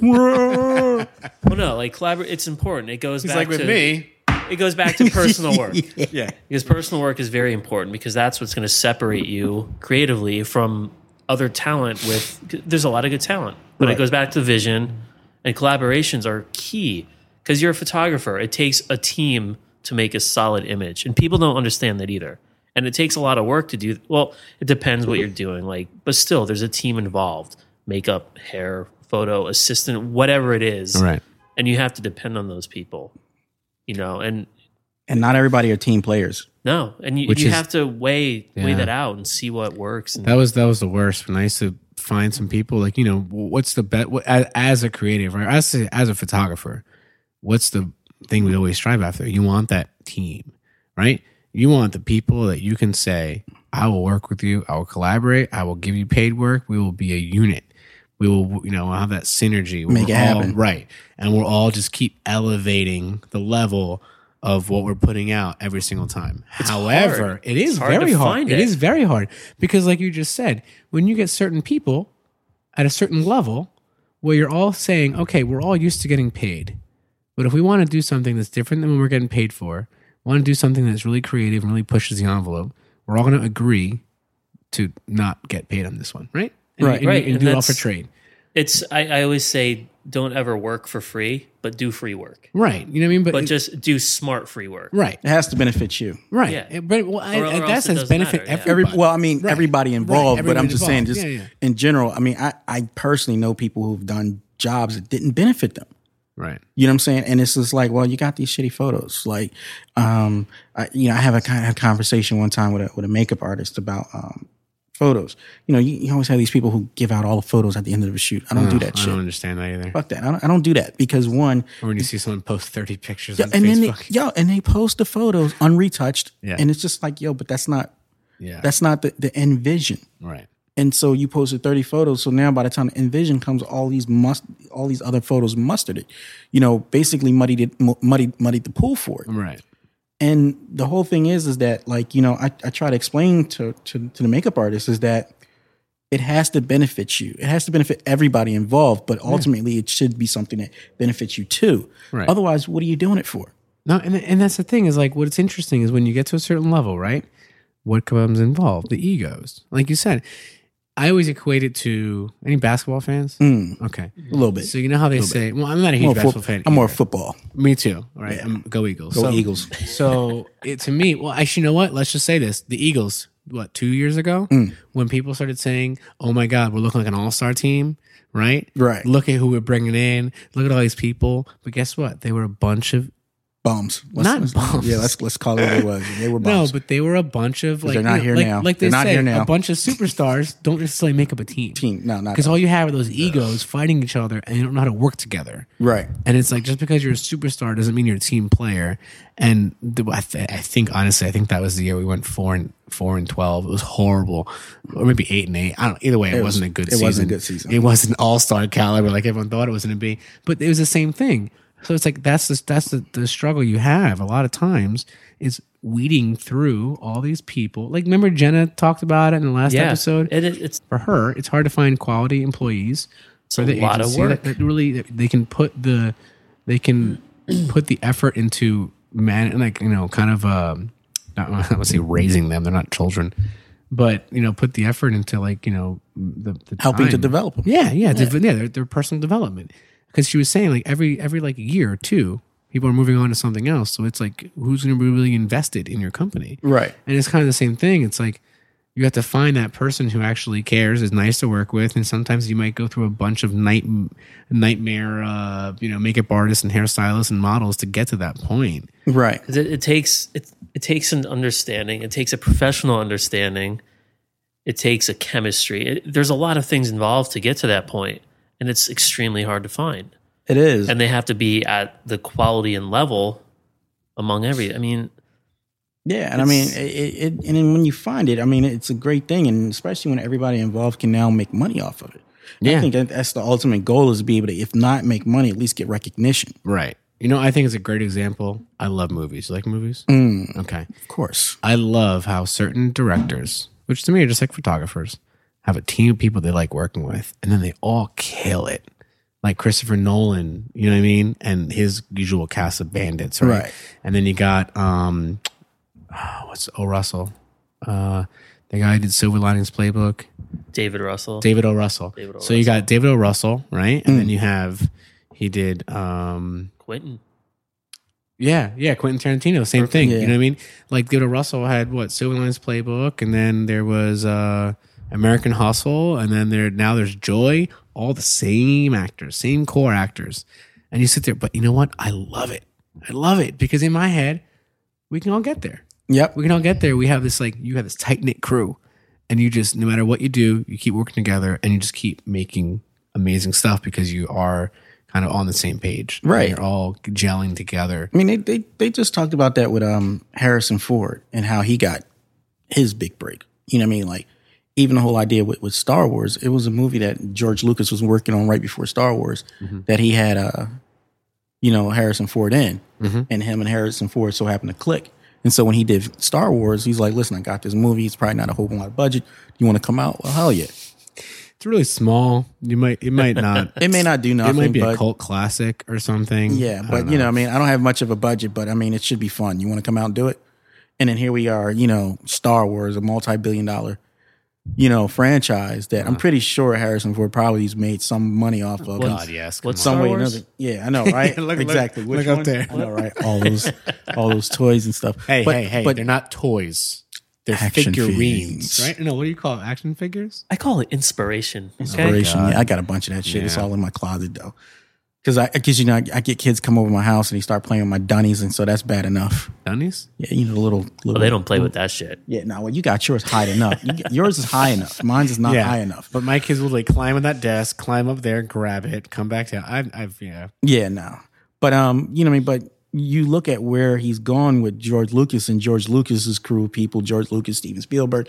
S4: well, no, like collaborate. It's important. It goes
S1: he's
S4: back
S1: like with
S4: to
S1: me
S4: It goes back to personal work.
S3: yeah.
S4: Because personal work is very important because that's what's going to separate you creatively from other talent with there's a lot of good talent. But it
S3: Right.
S4: goes back to vision and collaborations are key because you're a photographer. It takes a team to make a solid image and people don't understand that either. And it takes a lot of work to do well, it depends what you're doing like but still there's a team involved. Makeup, hair, photo, assistant, whatever it is
S1: all right
S4: and you have to depend on those people you know and
S3: and not everybody are team players.
S4: No, and you,
S1: Which
S4: you
S1: is-
S4: have to weigh weigh
S1: Yeah.
S4: that out and see what works. And
S1: That was that was the worst. When I used to find some people, like you know, what's the best what, as, as a creative, right? As a, as a photographer, what's the thing we always strive after? You want that team, right? You want the people that you can say, "I will work with you. I will collaborate. I will give you paid work. We will be a unit. We will, you know, we'll have that synergy.
S3: Make
S1: we're
S3: it
S1: all
S3: happen.
S1: right, and we'll all just keep elevating the level." Of what we're putting out every single time. However,
S4: hard.
S1: it is
S4: It's hard to
S1: very hard.
S4: find
S1: it
S4: it.
S1: is very hard because like you just said when you get certain people at a certain level where you're all saying okay we're all used to getting paid but if we want to do something that's different than what we're getting paid for want to do something that's really creative and really pushes the envelope we're all going to agree to not get paid on this one right and,
S3: Right,
S1: and,
S4: right,
S1: and,
S4: and
S1: do it all for
S4: that's-
S1: trade
S4: it's I, I always say don't ever work for free, but do free work.
S1: right you know what i mean but,
S4: But just do smart free work.
S1: right
S3: It has to benefit you.
S1: right
S4: Yeah.
S1: but well, I,
S4: Or- or
S1: I-
S4: else
S1: that
S4: it
S1: says
S4: doesn't
S1: benefit
S4: matter, yeah.
S1: everybody
S3: Every, well, I mean,
S1: Right.
S3: everybody
S1: Right,
S3: involved, but I'm
S1: everybody
S3: just saying,
S1: involved.
S3: just
S1: Yeah, yeah.
S3: in general, I mean, I, I personally know people who've done jobs that didn't benefit them.
S1: right
S3: You know what I'm saying? And it's just like, well, you got these shitty photos. Like, um, I, you know, I have a kind of conversation one time with a with a makeup artist about um, photos. You know, you, you always have these people who give out all the photos at the end of the shoot. I don't do
S1: Ugh,
S3: that
S1: i
S3: shit.
S1: don't understand that either
S3: Fuck that. I don't, I don't do that because one,
S1: or when you see someone post 30 pictures on
S3: and then they,
S1: facebook
S3: yo, and they post the photos unretouched,
S1: Yeah.
S3: and it's just like, yo, but that's not
S1: yeah
S3: that's not the, the end vision.
S1: right
S3: And so you posted 30 photos. So now by the time Envision comes, all these must, all these other photos mustered it, you know, basically muddied it, mu- muddied, muddied the pool for it.
S1: right
S3: And the whole thing is, is that like, you know, I, I try to explain to, to, to the makeup artist is that it has to benefit you. It has to benefit everybody involved, but ultimately it should be something that benefits you too.
S1: Right.
S3: Otherwise, what are you doing it for?
S1: No, and and that's the thing is like what's interesting is when you get to a certain level, right? What comes involved? The egos, like you said. I always equate it to any basketball fans.
S3: Mm,
S1: Okay,
S3: a little bit.
S1: so you know how they say, "Well, I'm not a huge
S3: More fo-
S1: basketball fan."
S3: I'm more
S1: either.
S3: football.
S1: Me too. All right, I'm, go Eagles.
S3: Go
S1: So-
S3: Eagles.
S1: so it, to me, well, actually, you know what? Let's just say this: the Eagles, what two years ago,
S3: Hmm.
S1: when people started saying, "Oh my God, we're looking like an all-star team," right?
S3: Right.
S1: Look at who we're bringing in. Look at all these people. But guess what? They were a bunch of
S3: Bums.
S1: Not bums.
S3: Yeah, let's, let's call it what it was. They were
S1: No,
S3: bums.
S1: but they were a bunch of like
S3: they're not
S1: you know,
S3: here
S1: like,
S3: now.
S1: Like they
S3: They're not
S1: say,
S3: here now.
S1: a bunch of superstars don't necessarily make up a team.
S3: team. No, not
S1: Because all you have are those egos fighting each other, and they don't know how to work together.
S3: Right.
S1: And it's like just because you're a superstar doesn't mean you're a team player. And the, I, th- I think honestly, I think that was the year we went four and four and twelve. It was horrible, or maybe eight and eight. I don't. Either way, it,
S3: was-
S1: wasn't a good.
S3: it
S1: season.
S3: wasn't a good season.
S1: It wasn't all star caliber like everyone thought it was going to be. But it was the same thing. So it's like that's the that's the, the struggle you have a lot of times is weeding through all these people. Like remember Jenna talked about it in the last
S4: Yeah,
S1: episode.
S4: and it, it's
S1: for her, it's hard to find quality employees
S4: a
S1: for the
S4: lot of
S1: agency
S4: work.
S1: that, that really that they can put the they can put the effort into man like you know kind of um not, I don't want to say raising them they're not children but you know put the effort into like you know the, the
S3: Helping to
S1: time.
S3: develop them.
S1: yeah yeah yeah, yeah their, their personal development because she was saying like every every like year or two people are moving on to something else so it's like who's going to be really invested in your company
S3: Right.
S1: and it's kind of the same thing. It's like you have to find that person who actually cares, is nice to work with, and sometimes you might go through a bunch of night nightmare, uh, you know, makeup artists and hairstylists and models to get to that point.
S3: Right.
S4: 'Cause It, it takes it, it takes an understanding. It takes a professional understanding. It takes a chemistry. It, there's a lot of things involved to get to that point, and it's extremely hard to find.
S3: It is.
S4: And they have to be at the quality and level among every. I mean,
S3: yeah. And I mean, it, it, and then when you find it, I mean, it's a great thing. And especially when everybody involved can now make money off of it. I
S1: Yeah.
S3: think that- that's the ultimate goal is to be able to, if not make money, at least get recognition.
S1: Right. You know, I think it's a great example. I love movies. You like movies?
S3: Mm.
S1: Okay.
S3: Of course.
S1: I love how certain directors, which to me are just like photographers, have a team of people they like working with, and then they all kill it. Like Christopher Nolan, you know what I mean, and his usual cast of bandits, right?
S3: Right.
S1: And then you got um, oh, what's O Russell, uh, the guy who did Silver Linings Playbook,
S4: David Russell.
S1: David O Russell.
S4: O.
S1: So you got David O Russell, right? And then you have he did um,
S4: Quentin.
S1: yeah, yeah, Quentin Tarantino, same thing.
S3: yeah.
S1: You know what I mean? Like Theodore Russell had what Silver Linings Playbook, and then there was uh, American Hustle, and then there now there's Joy. All the same actors, same core actors, and you sit there. But you know what? I love it. I love it because in my head, we can all get there.
S3: Yep.
S1: We can all get there. We have this like you have this tight knit crew, and you just no matter what you do, you keep working together, and you just keep making amazing stuff because you are kind of on the same page, And
S3: Right.
S1: You're all gelling together.
S3: I mean, they, they they just talked about that with um Harrison Ford and how he got his big break. You know what I mean? Like even the whole idea with, with Star Wars, it was a movie that George Lucas was working on right before Star Wars
S1: Mm-hmm.
S3: that he had uh you know Harrison Ford in,
S1: Mm-hmm.
S3: and him and Harrison Ford so happened to click. And so when he did Star Wars, he's like, "Listen, I got this movie. It's probably not a whole lot of budget. You want to come out? Well, hell yeah!
S1: It's really small. You might it might not.
S3: It may not do
S1: it
S3: nothing,
S1: might be
S3: but
S1: a cult classic or something.
S3: Yeah,
S1: I
S3: but
S1: don't
S3: you know, I mean, I don't have much of a budget, but I mean, it should be fun. You want to come out and do it? And then here we are, you know, Star Wars, a multi-billion-dollar, you know, franchise that
S1: Uh-huh.
S3: I'm pretty sure Harrison Ford probably has made some money off of.
S1: God, yes. come
S4: What's
S1: on.
S3: Some way or
S4: Star Wars?
S3: another. Yeah, I know, right?
S1: Look- look-
S3: exactly.
S1: look
S3: Which
S1: up
S3: one?
S1: there.
S3: I know, right? All those, all those toys and stuff.
S1: Hey,
S3: But-
S1: hey, hey!
S3: But
S1: they're not toys. They're
S3: Action
S1: figurines,
S3: figures.
S1: right? No, what do you call it? Action figures?
S4: I call it inspiration. okay?
S3: inspiration. yeah, I got a bunch of that shit. It's
S1: Yeah.
S3: all in my closet though. Because I, because you know, I, I get kids come over my house and they start playing with my dunnies, and so that's bad enough.
S1: Dunnies?
S3: Yeah, you know, the little, little
S4: Well, they don't play with that shit.
S3: Yeah, no, well, you got yours high enough. You, got- yours is high enough. Mine's is not high enough.
S1: But my kids will like climb on that desk, climb up there, grab it, come back down. I've, I've yeah.
S3: Yeah, no. But um, you know what I mean. But you look at where he's gone with George Lucas and George Lucas's crew of people, George Lucas, Steven Spielberg,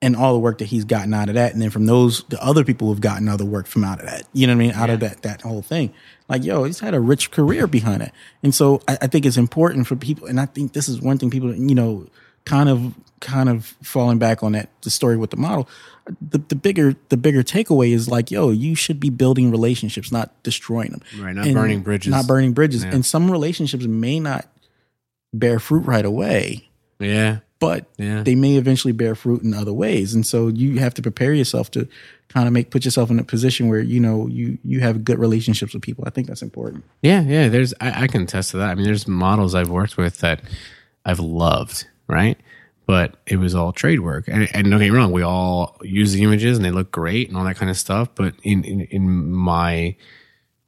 S3: and all the work that he's gotten out of that, and then from those, the other people have gotten other work from out of that. You know what I mean? Out of that that whole thing. Like, yo, he's had a rich career behind it, and so I, I think it's important for people. And I think this is one thing people, you know, kind of kind of falling back on that the story with the model the, the bigger the bigger takeaway is like yo you should be building relationships not destroying them
S1: Right, not
S3: and
S1: burning bridges.
S3: Not burning bridges. And some relationships may not bear fruit right away,
S1: Yeah.
S3: but
S1: Yeah.
S3: they may eventually bear fruit in other ways. And so you have to prepare yourself to kind of make put yourself in a position where you know you you have good relationships with people. I think that's important.
S1: Yeah, yeah. There's I, I can attest to that. I mean, there's models I've worked with that I've loved, right? But it was all trade work. And, and don't get me wrong, we all use the images and they look great and all that kind of stuff. But in, in, in my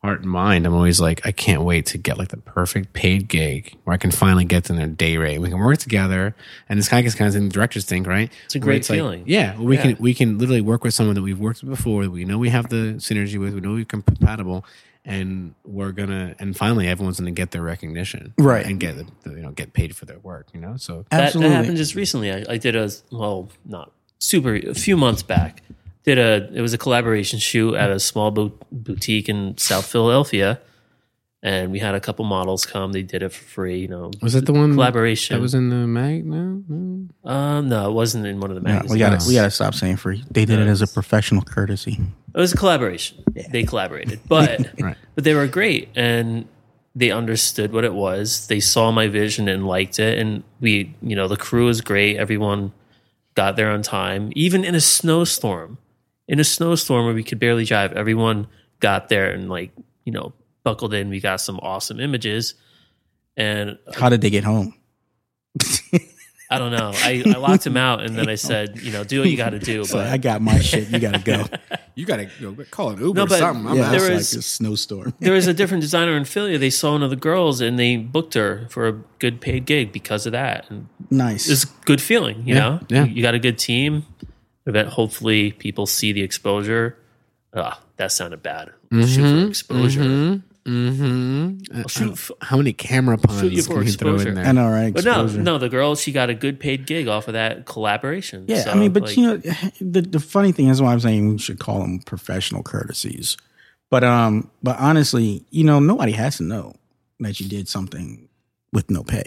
S1: heart and mind, I'm always like, I can't wait to get like the perfect paid gig where I can finally get to their day rate. We can work together. And this kind of gets kind of in the director's think, right? It's
S4: a great feeling.
S1: yeah, we
S4: Yeah.
S1: can we can literally work with someone that we've worked with before. That we know we have the synergy with. We know we're compatible, and we're gonna and finally everyone's gonna get their recognition,
S3: Right.
S1: And get the, you know get paid for their work, you know. So
S4: That, that happened just recently. I, I did a well, not super, a few months back. Did a it was a collaboration shoot at a small bo- boutique in South Philadelphia, and we had a couple models come. They did it for free. You know,
S1: was that the one
S4: collaboration?
S1: that was in the mag? No, no.
S4: um, no, it wasn't in one of the
S3: Yeah,
S4: magazines.
S3: we gotta we gotta stop saying free. They did it as a professional courtesy.
S4: It was a collaboration. They collaborated, but
S1: Right.
S4: but they were great and they understood what it was. They saw my vision and liked it. And we, you know, the crew was great. Everyone got there on time, even in a snowstorm. In a snowstorm where we could barely drive, everyone got there and like you know buckled in. We got some awesome images, and
S3: How did they get home?
S4: I don't know. I, I locked him out, and then I said, you know, do what you got to do.
S3: So I
S4: But
S3: got my shit. You gotta go.
S1: You gotta you know, call an Uber
S4: No,
S1: or
S4: but-
S1: something. I'm
S3: yeah,
S1: out.
S3: it's
S4: There
S3: like a
S4: is-
S3: snowstorm.
S4: there was a different designer in Philly. They saw one of the girls, and they booked her for a good paid gig because of that. And
S3: Nice.
S4: it's a good feeling, you
S1: Yeah,
S4: know.
S1: yeah.
S4: You, you got a good team. That hopefully people see the exposure. Ah, that sounded bad.
S3: Mm-hmm.
S4: Shoot for exposure.
S1: Mm-hmm.
S4: Shoot for-
S1: how many camera puns
S4: for
S1: can you throw
S4: exposure.
S1: in there?
S3: I know, right?
S4: But no,
S3: Exposure.
S4: no, the girl she got a good paid gig off of that collaboration.
S3: Yeah,
S4: So,
S3: I mean, but
S4: like,
S3: you know, the, the funny thing is why I'm saying we should call them professional courtesies. But um, but honestly, you know, nobody has to know that you did something with no pay.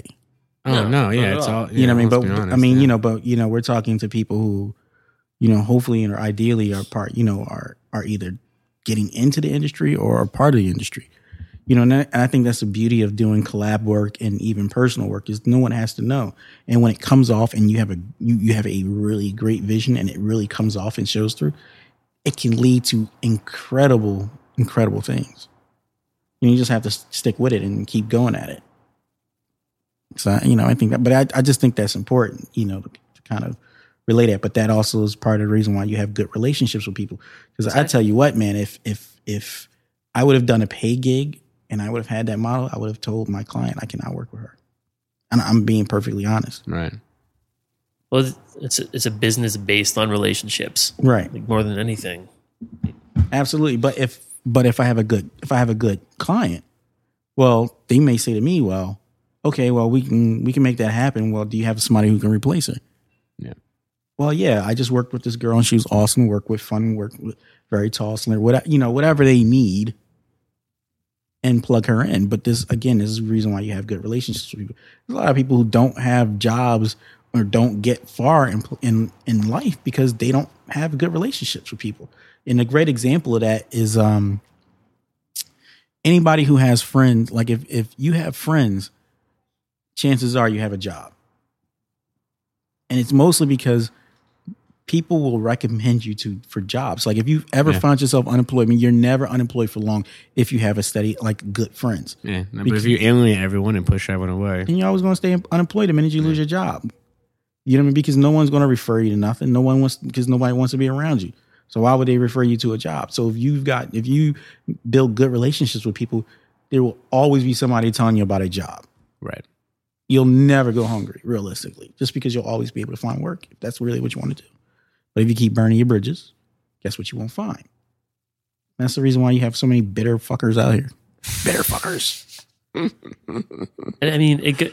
S1: Oh
S4: No,
S1: no,
S4: not at
S1: yeah, it's
S4: all.
S1: all
S3: You know what I mean? But I mean, you know, but you know, we're talking to people who, you know, hopefully and or ideally are part, you know, are are either getting into the industry or are part of the industry. You know, and I, and I think that's the beauty of doing collab work and even personal work is no one has to know. And when it comes off and you have a you, you have a really great vision and it really comes off and shows through, it can lead to incredible, incredible things. And you just have to s- stick with it and keep going at it. So you know, I think that, but I, I just think that's important, you know, to, kind of relay that. But that also is part of the reason why you have good relationships with people. Because I tell you what, man, if if if I would have done a pay gig and I would have had that model, I would have told my client I cannot work with her. And I'm being perfectly honest.
S1: Right.
S4: Well, it's a, it's a business based on relationships,
S3: Right.
S4: like more than anything.
S3: Absolutely. But if but if I have a good if I have a good client, well, they may say to me, well, okay, well we can we can make that happen. Well, do you have somebody who can replace her?
S1: Yeah.
S3: Well, yeah, I just worked with this girl and she was awesome to work with, fun to work with, very tall, slender, whatever you know, whatever they need, and plug her in. But this again, this is the reason why you have good relationships with people. There's a lot of people who don't have jobs or don't get far in in in life because they don't have good relationships with people. And a great example of that is um anybody who has friends, like if if you have friends, chances are you have a job. And it's mostly because people will recommend you to for jobs. Like if you've ever
S1: Yeah.
S3: found yourself unemployed, I mean you're never unemployed for long if you have a steady like good friends.
S1: Yeah. No, but if you alienate everyone and push everyone away,
S3: And you're always going to stay unemployed the minute you lose your job. You know what I mean? Because no one's going to refer you to nothing. No one wants because nobody wants to be around you. So why would they refer you to a job? So if you've got if you build good relationships with people, there will always be somebody telling you about a job.
S1: right.
S3: You'll never go hungry, realistically, just because you'll always be able to find work if that's really what you want to do. But if you keep burning your bridges, guess what you won't find? That's the reason why you have so many bitter fuckers out here. Bitter fuckers.
S4: And I mean, it go-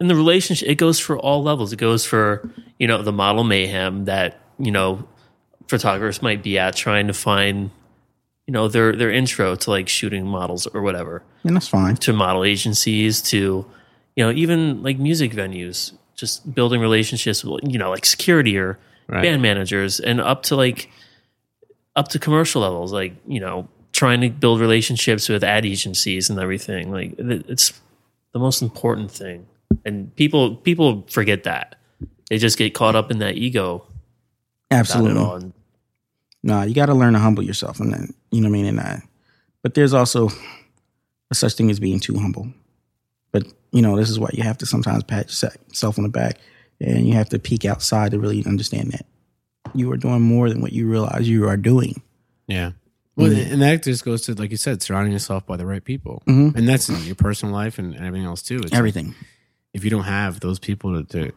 S4: in the relationship, it goes for all levels. It goes for you know the model mayhem that you know photographers might be at trying to find you know their their intro to like shooting models or whatever
S3: And that's fine.
S4: to model agencies to you know even like music venues just building relationships with you know like security or
S1: Right.
S4: band managers and up to like up to commercial levels like you know trying to build relationships with ad agencies and everything like it- it's the most important thing and people people forget that they just get caught up in that ego about it
S3: Absolutely.
S4: all and
S3: Nah, you got to learn to humble yourself, and then you know what I mean. And I, but there's also a such thing as being too humble. But you know, this is why you have to sometimes pat yourself on the back, and you have to peek outside to really understand that you are doing more than what you realize you are doing.
S1: Yeah. Well, and that just goes to like you said, surrounding yourself by the right people,
S3: Mhm.
S1: and that's in your personal life and everything else too. It's
S3: Everything.
S1: if you don't have those people to, to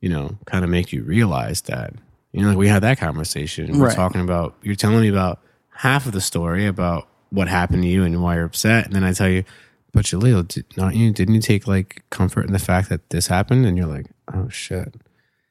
S1: you know, kind of make you realize that, you know, like we had that conversation. We're
S3: Right.
S1: talking about, you're telling me about half of the story about what happened to you and why you're upset. And then I tell you, but Jaleel, did, not you, didn't you take like comfort in the fact that this happened? And you're like, oh shit.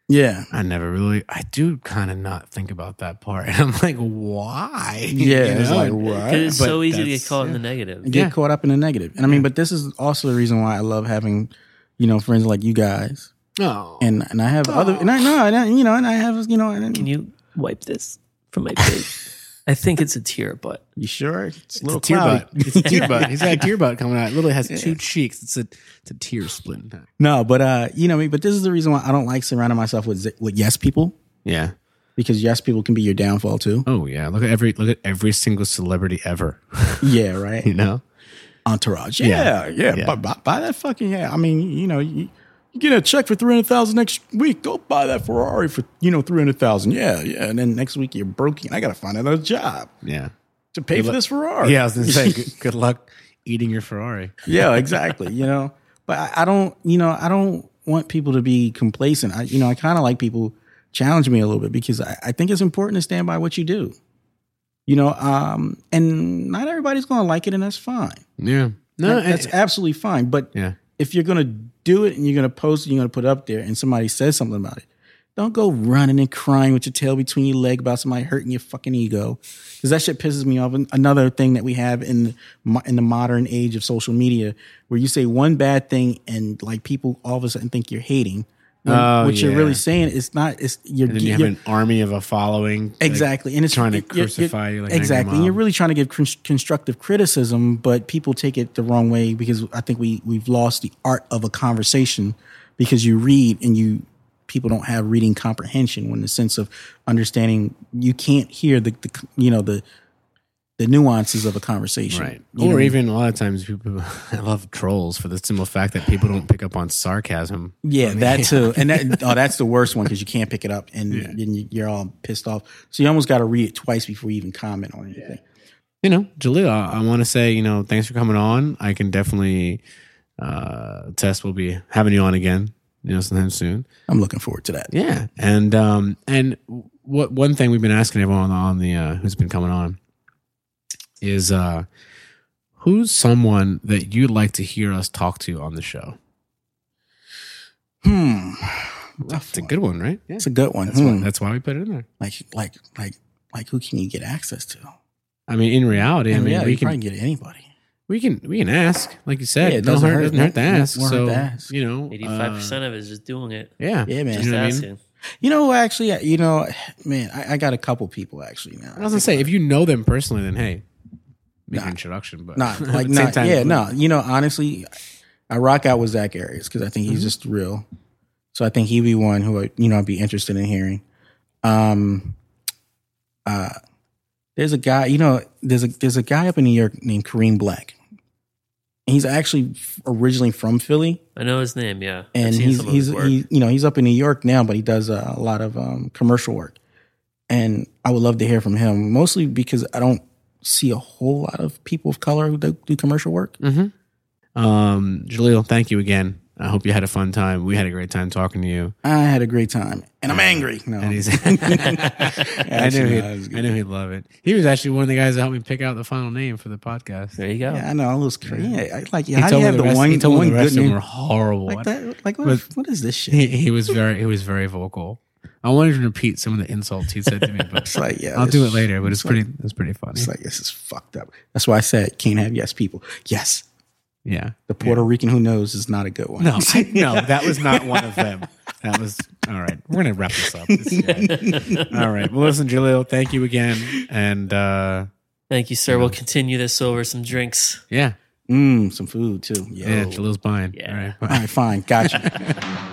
S3: Yeah.
S1: I never really, I do kind of not think about that part. And I'm like, why?
S3: Yeah.
S1: You
S3: it's
S1: know?
S3: like
S1: And-
S3: what?
S4: 'cause it's
S1: But
S4: so easy to get
S1: that's-
S4: caught in the negative
S3: get
S1: Yeah.
S3: caught up in the negative. And I mean, but this is also the reason why I love having, you know, friends like you guys,
S1: oh.
S3: and and I have other, and I know, and I, you know, and I have, you know, and
S4: Can you wipe this from my face? I think it's a tear, but
S3: you sure it's a
S1: It's
S3: little
S1: a tear
S3: cloudy.
S1: butt. It's a tear butt. He's got a tear butt coming out. It literally has two cheeks. It's a it's a tear splitting.
S3: No, but uh, you know me. But this is the reason why I don't like surrounding myself with zi- with yes people
S1: Yeah.
S3: because yes people can be your downfall too.
S1: Oh yeah. Look at every look at every single celebrity ever.
S3: yeah, right.
S1: You know.
S3: Entourage.
S1: Yeah.
S3: Yeah, yeah.
S1: Yeah.
S3: Buy, buy, buy that fucking yeah. I mean, you know, you, you get a check for three hundred thousand next week. Go buy that Ferrari for you know three hundred thousand. Yeah, yeah. And then next week you're broke and I gotta find another job
S1: Yeah.
S3: to pay for this Ferrari.
S1: Yeah. I was gonna say, good, good luck eating your Ferrari.
S3: yeah, exactly. You know, but I, I don't, you know, I don't want people to be complacent. I, you know, I kind of like people challenge me a little bit because I, I think it's important to stand by what you do. You know, um, and not everybody's going to like it, and that's fine.
S1: Yeah. No.
S3: That- that's
S1: I-
S3: absolutely fine. But
S1: yeah.
S3: if you're going to do it and you're going to post it, you're going to put it up there, and somebody says something about it, don't go running and crying with your tail between your leg about somebody hurting your fucking ego, because that shit pisses me off. And another thing that we have in mo- in the modern age of social media, where you say one bad thing and like people all of a sudden think you're hating. when
S1: Oh,
S3: what you're
S1: yeah.
S3: really saying is not. It's you're,
S1: And then you have
S3: you're-
S1: an army of a following. like,
S3: exactly, and it's
S1: trying to
S3: you're- you're-
S1: crucify you like an angry
S3: exactly, and
S1: mob.
S3: you're really trying to give con- constructive criticism, but people take it the wrong way because I think we we've lost the art of a conversation because you read and you people don't have reading comprehension when the sense of understanding you can't hear the, the you know the the nuances of a conversation,
S1: Right.
S3: You know,
S1: or even a lot of times people I love trolls for the simple fact that people don't pick up on sarcasm.
S3: Yeah, that too, and that, oh, that's the worst one because you can't pick it up, and then you- you're all pissed off. So you almost got to read it twice before you even comment on anything.
S1: you know, Jaleel, I, I want to say, you know, thanks for coming on. I can definitely uh, Tess will be having you on again, you know, sometime soon.
S3: I'm looking forward to that.
S1: Yeah, and um, and what one thing we've been asking everyone on the uh, who's been coming on is uh, who's someone that you'd like to hear us talk to on the show?
S3: Hmm.
S1: That's a good one, right? Yeah,
S3: It's a good one.
S1: that's
S3: Hmm.
S1: why, that's why we put it in there.
S3: like, like, like, like, who can you get access to?
S1: I mean, in reality, I
S3: And
S1: mean,
S3: yeah,
S1: we
S3: you
S1: can
S3: probably get anybody.
S1: we can we can ask, like you said,
S3: Yeah, it
S1: it doesn't
S3: doesn't
S1: hurt,
S3: hurt.
S1: doesn't hurt to
S3: Won't-
S1: ask.
S3: won't
S1: so
S3: hurt to ask.
S1: you know, uh,
S4: Eighty five percent of it is just doing it.
S1: Yeah,
S3: Um, Yeah, man.
S1: You
S4: Just
S1: know what I mean?
S4: asking.
S3: You know, actually, uh, you know, man, I, I got a couple people actually now.
S1: I was gonna say, if you know them personally, then hey, make
S3: Nah.
S1: an introduction. But
S3: Not
S1: at
S3: like
S1: the same
S3: not
S1: time,
S3: yeah no you know honestly I rock out with Zach Arias because I think he's
S1: Mhm.
S3: just real so I think he'd be one who I, you know I'd be interested in hearing um uh there's a guy you know there's a there's a guy up in New York named Kareem Black he's actually f- originally from Philly
S4: I know his name. Yeah, I've
S3: and
S4: seen
S3: he's
S4: some of
S3: he's
S4: his work.
S3: he, you know he's up in New York now, but he does uh, a lot of um, commercial work, and I would love to hear from him mostly because I don't see a whole lot of people of color who do, do commercial work.
S1: Um, Jaleel, thank you again. I hope you had a fun time. We had a great time talking to you.
S3: I had a great time, and I'm angry. Uh, No,
S1: And he's, I knew
S3: Oh. Actually,
S1: he'd,
S3: no, it was
S1: I knew he'd love it. He was actually one of the guys that helped me pick out the final name for the podcast.
S4: there you go.
S3: yeah, I know I was crazy. Yeah, I, like, yeah,
S1: He
S3: how do you
S1: me
S3: have the
S1: rest-
S3: one,
S1: he told me
S3: one
S1: the rest
S3: good
S1: of them
S3: name
S1: were horrible.
S3: like that? Like, what,
S1: But-
S3: what is this shit?
S1: He, he was very he was very vocal. I wanted to repeat some of the insults he said to me, but
S3: It's like, yeah,
S1: I'll
S3: this
S1: do it
S3: sh-
S1: later. But it's
S3: like-
S1: pretty it's pretty funny.
S3: It's like this is fucked up. That's why I said can't have yes people. Yes,
S1: yeah.
S3: the Puerto Rican who knows is not a good one.
S1: No, I- no, that was not one of them. That was all right. We're gonna wrap this up. This is good. all right. Well, listen, Jaleel, thank you again, and uh,
S4: Thank you, sir. We'll continue this over some drinks.
S1: yeah,
S3: Mm, some food too. Yo.
S1: yeah, Jaleel's buying.
S4: Yeah.
S1: All right.
S3: All right, fine, gotcha.